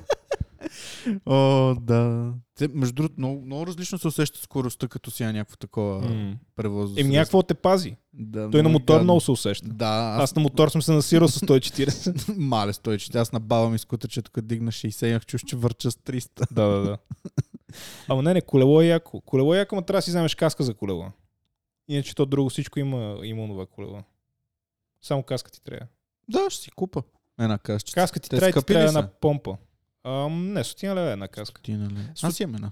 S2: О, да. Те, между другото, много, много различно се усеща скоростта, като си на някакво такова mm.
S1: М.
S2: превозно.
S1: Еми,
S2: средство.
S1: някакво те пази.
S2: Да,
S1: Той е на мотор
S2: гадно.
S1: много се усеща.
S2: Да, аз,
S1: Аз на мотор съм се насирал с 140.
S2: [laughs] мале стой, че аз на баба ми скутърчето, като дигна 60, имах чуш, че върча с 300.
S1: да, да, да. Ама не, не, колело е яко. Колело е яко, ма трябва да си вземеш каска за колело. Иначе то друго всичко има, има това колело. Само каска ти трябва.
S2: [laughs] Да, ще си купа. Една каска.
S1: Каска ти
S2: Те
S1: трябва, и ти
S2: скъпи ли
S1: трябва
S2: са?
S1: една помпа. Ам, не, стотина лева е една каска.
S2: Ти, нали? Аз имам една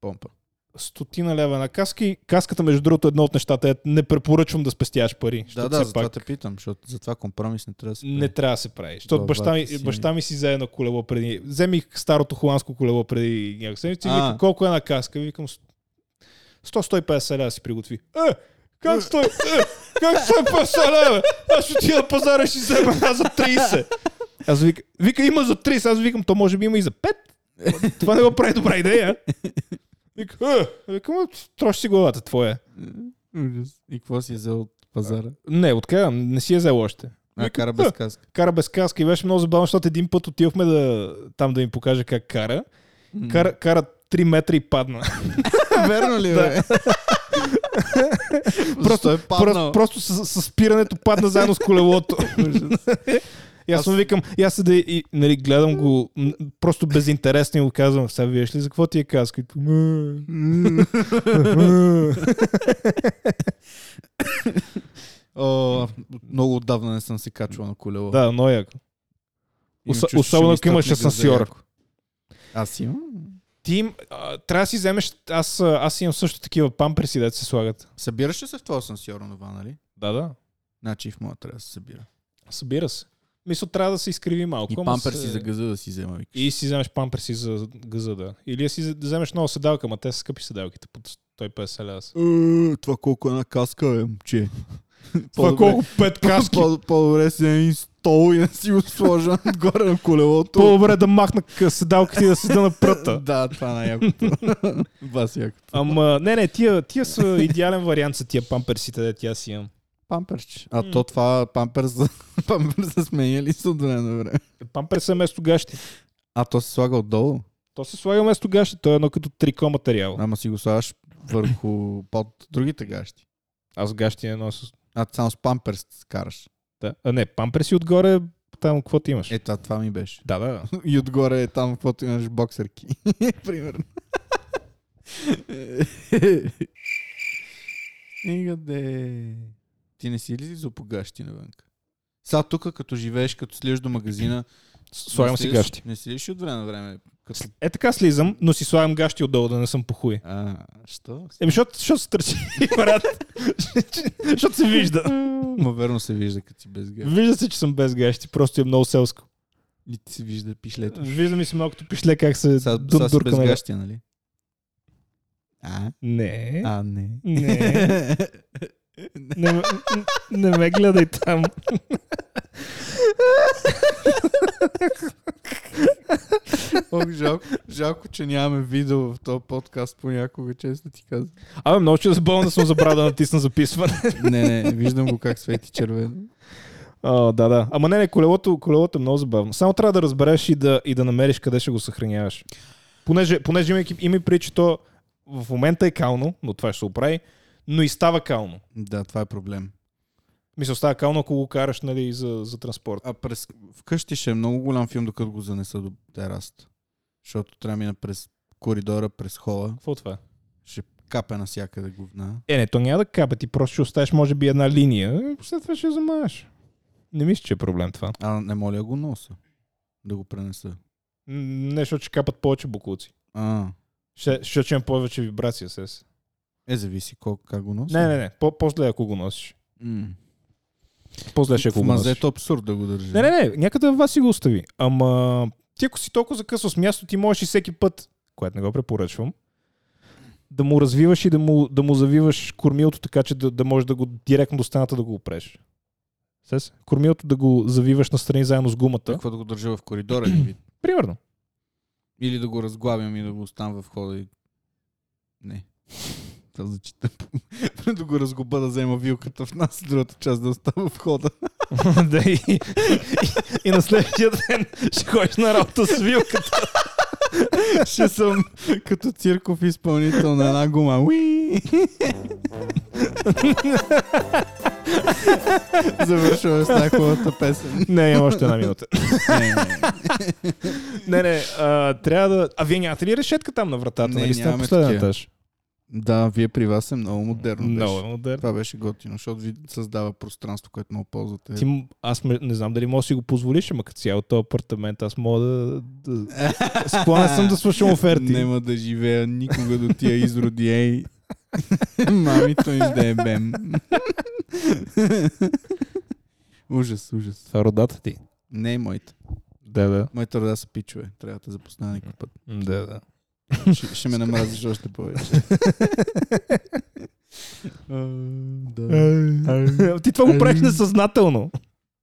S2: помпа.
S1: Стотина лева е една каска и каската, между другото, е едно от нещата е не препоръчвам да спестяваш пари.
S2: Да,
S1: защото
S2: да,
S1: все
S2: за това
S1: пак
S2: те питам, защото за това компромис не трябва да се
S1: не
S2: прави.
S1: трябва да се прави. Защото
S2: Това
S1: баща ми,
S2: бати Е. си.
S1: баща ми си взе едно колело преди. Вземих старото холандско колело преди някакъв седмици. и
S2: А.
S1: Вика, колко е една каска? Викам, 100-150 лева си приготви. Е, как стой? Е, как 150 лева? Аз ще отида на пазара и ще си взема една за 30. Аз вика, вика, има за 30. Аз викам, то може би има и за 5. Това не го прави добра идея. Вика, е, викам, «Ма, троши си главата твоя.
S2: Ужас. И какво си е взел от пазара?
S1: Не, откъде? Не си е взел още.
S2: А,
S1: Вика,
S2: кара
S1: «Е,
S2: без каска.
S1: кара без каска и беше много забавно, защото един път отивахме да, там да им покажа как кара. Кара, кара 3 метра и падна.
S2: Верно ли, бе?
S1: Просто-
S2: [laughs] Просто е
S1: [laughs] Просто,
S2: паднал.
S1: просто с, с спирането падна заедно с
S2: [laughs]
S1: колелото. и аз му викам, и аз седа и нали, гледам го м, просто безинтересно и му казвам, сега виеш ли за какво ти е каска? И той, «М,
S2: М.
S1: м».
S2: О, много отдавна не съм се качвал на колело.
S1: да, много яко.
S2: Имам
S1: Оса-
S2: чувство,
S1: особено
S2: че ми
S1: ако имаш
S2: стъпне газа
S1: асансьор.
S2: яко. Аз имам.
S1: Ти им, а, трябва да си вземеш, аз, а, аз имам също такива памперси, да се слагат.
S2: Събираш ли се в това асансьорно нова, нали?
S1: Да, да.
S2: Значи и в моя трябва да се събира.
S1: Събира се. Мисля, трябва да се изкриви малко.
S2: И
S1: ама
S2: памперси
S1: се-
S2: за газа да си взема. викаш.
S1: И си вземеш памперси за газа, да. Или си вземеш нова седалка, ма те са скъпи седалките под 150 лева. са.
S2: Е, Това колко е една каска, бе, [laughs] момче. По-добре- [laughs]
S1: пет
S2: по- По-добре си един стол и да си го [laughs] сложа горе на колелото.
S1: По-добре да махна къ- седалката и да седа на пръта.
S2: [laughs] Да, това е на якото. [laughs] Бас якото.
S1: Ама, не, не, тия, тия са идеален вариант за тия памперсите, де тя си имам.
S2: Памперч. А
S1: М.
S2: то това памперс, [laughs] памперс са сменяли са от време на време.
S1: Памперс е вместо гащи.
S2: А то се слага отдолу.
S1: То се слага вместо гащи, то е едно като трико материал.
S2: Ама си го слагаш [laughs] върху под другите гащи.
S1: Аз гащи не нося.
S2: А само с памперс караш.
S1: Да. А, не, памперси отгоре, там какво ти имаш.
S2: Е, това, това ми беше.
S1: Да, да, да.
S2: [laughs] И отгоре е там, каквото имаш боксерки. [laughs] Примерно. Нигаде. Ти не си ли зопогащи навънка? Сега тук, като живееш, като слизаш до [clears throat] магазина...
S1: Слагам
S2: не
S1: си
S2: слизаш-
S1: гащи.
S2: Не слизаш ли от време на време? Като...
S1: Е така слизам, но си слагам гащи отдолу, да не съм похуй.
S2: А, що?
S1: Еми, защото, защото се търчи, [laughs] брат. защото се вижда.
S2: Ма верно се вижда, като си без гащи.
S1: Вижда се, че съм без гащи, просто е много селско.
S2: И ти се вижда пишлето.
S1: Вижда ми се малкото пишле как се
S2: Сега,
S1: ду-
S2: сега си без
S1: дурка на гащи.
S2: гащи, нали? А?
S1: Не.
S2: А, не. [laughs]
S1: Не. Не, ме- н- не ме гледай там.
S2: Ох, жалко, жалко, че нямаме видео в този подкаст понякога, честно ти казвам.
S1: Абе, много ще е забавно съм забравя да натисна записване.
S2: Не, не, виждам го как свети червено.
S1: О, да, да. Ама не, не, колелото, колелото е много забавно. Само трябва да разбереш и да, и да намериш къде ще го съхраняваш. Понеже, понеже имайки, имай преди, че то в момента е кално, но това ще се оправи, но и става кално.
S2: Да, това е проблем.
S1: Мисля, става кално, ако го караш нали, за, за транспорт.
S2: А през вкъщи ще е много голям филм, докато го занеса до тераста. Защото трябва да мина през коридора, през хола.
S1: Какво е това?
S2: Ще капе навсякъде говна.
S1: Е, не, то няма да капе, ти просто ще оставиш може би една линия, и след това ще я замаеш. Не мисля, че е проблем това. М,
S2: А не моля го носа. Да го пренеса.
S1: Не, защото ще капат повече букулци.
S2: А,
S1: Ще, ще, ще има повече вибрация, сес.
S2: е, зависи колко, как го носи.
S1: Не, не, не, по- по-зле е, ако го носиш.
S2: М.
S1: По-зле ще е, ако
S2: В
S1: го носиш.
S2: мазето абсурд да го държи.
S1: Не, не, не, някъде вас си го остави. Ама ти ако си толкова закъсва с място, ти можеш и всеки път, което не го препоръчвам, да му развиваш и да му, да му завиваш кормилото, така че да, да можеш да го директно до стената да го опреш. Сес? Кормилото да го завиваш настрани заедно с гумата.
S2: Какво да го държа в коридора ли вид?
S1: Примерно.
S2: Или да го разглавям и да го оставам в хода и... Не. Това звучи тъпо. [laughs] да го разгуба да взема вилката в нас, другата част да остава в [laughs] хода.
S1: [laughs] да, и, и, и на следващия ден ще ходиш на работа с вилката.
S2: Ще съм като цирков изпълнител на една гума. Уи! [laughs] Завършваме с най-хубавата песен.
S1: Не, имам още една минута.
S2: Не, не,
S1: не, не, а, трябва да... А вие нямате ли решетка там на вратата?
S2: Не,
S1: нали сте на
S2: нямаме
S1: последен
S2: такива.
S1: етаж?
S2: [laughs] Да, вие при вас е много модерно.
S1: Много е
S2: Беше.
S1: модерно.
S2: Това беше готино, защото ви създава пространство, което много ползвате.
S1: Ти, м- аз ме- не знам дали мога да си го позволиш, ама като цял този апартамент аз мога да... да... Склонен съм да
S2: [laughs]
S1: слушам оферти.
S2: Нема да живея никога до тия изроди. Ей. [laughs] Мамито им да е бем. [laughs] ужас, ужас.
S1: Това е родата ти.
S2: Не е моите.
S1: Да, да.
S2: Моите рода са пичове. Трябва да те запозная някакъв път.
S1: Да,
S2: [laughs]
S1: да.
S2: Ще, ще ме намразиш още повече. А, да.
S1: Ти това го правиш несъзнателно.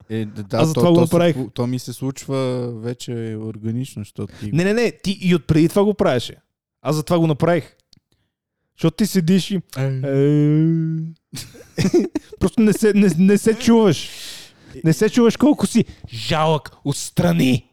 S2: Е, да, да,
S1: Аз
S2: то,
S1: затова го
S2: то,
S1: направих.
S2: Се, то ми се случва вече органично, защото ти...
S1: Не, не, не, ти и отпреди това го правеше. Аз затова го направих. Защото ти седиш и... [laughs] Просто не се, не, не се чуваш. Не се чуваш колко си жалък отстрани.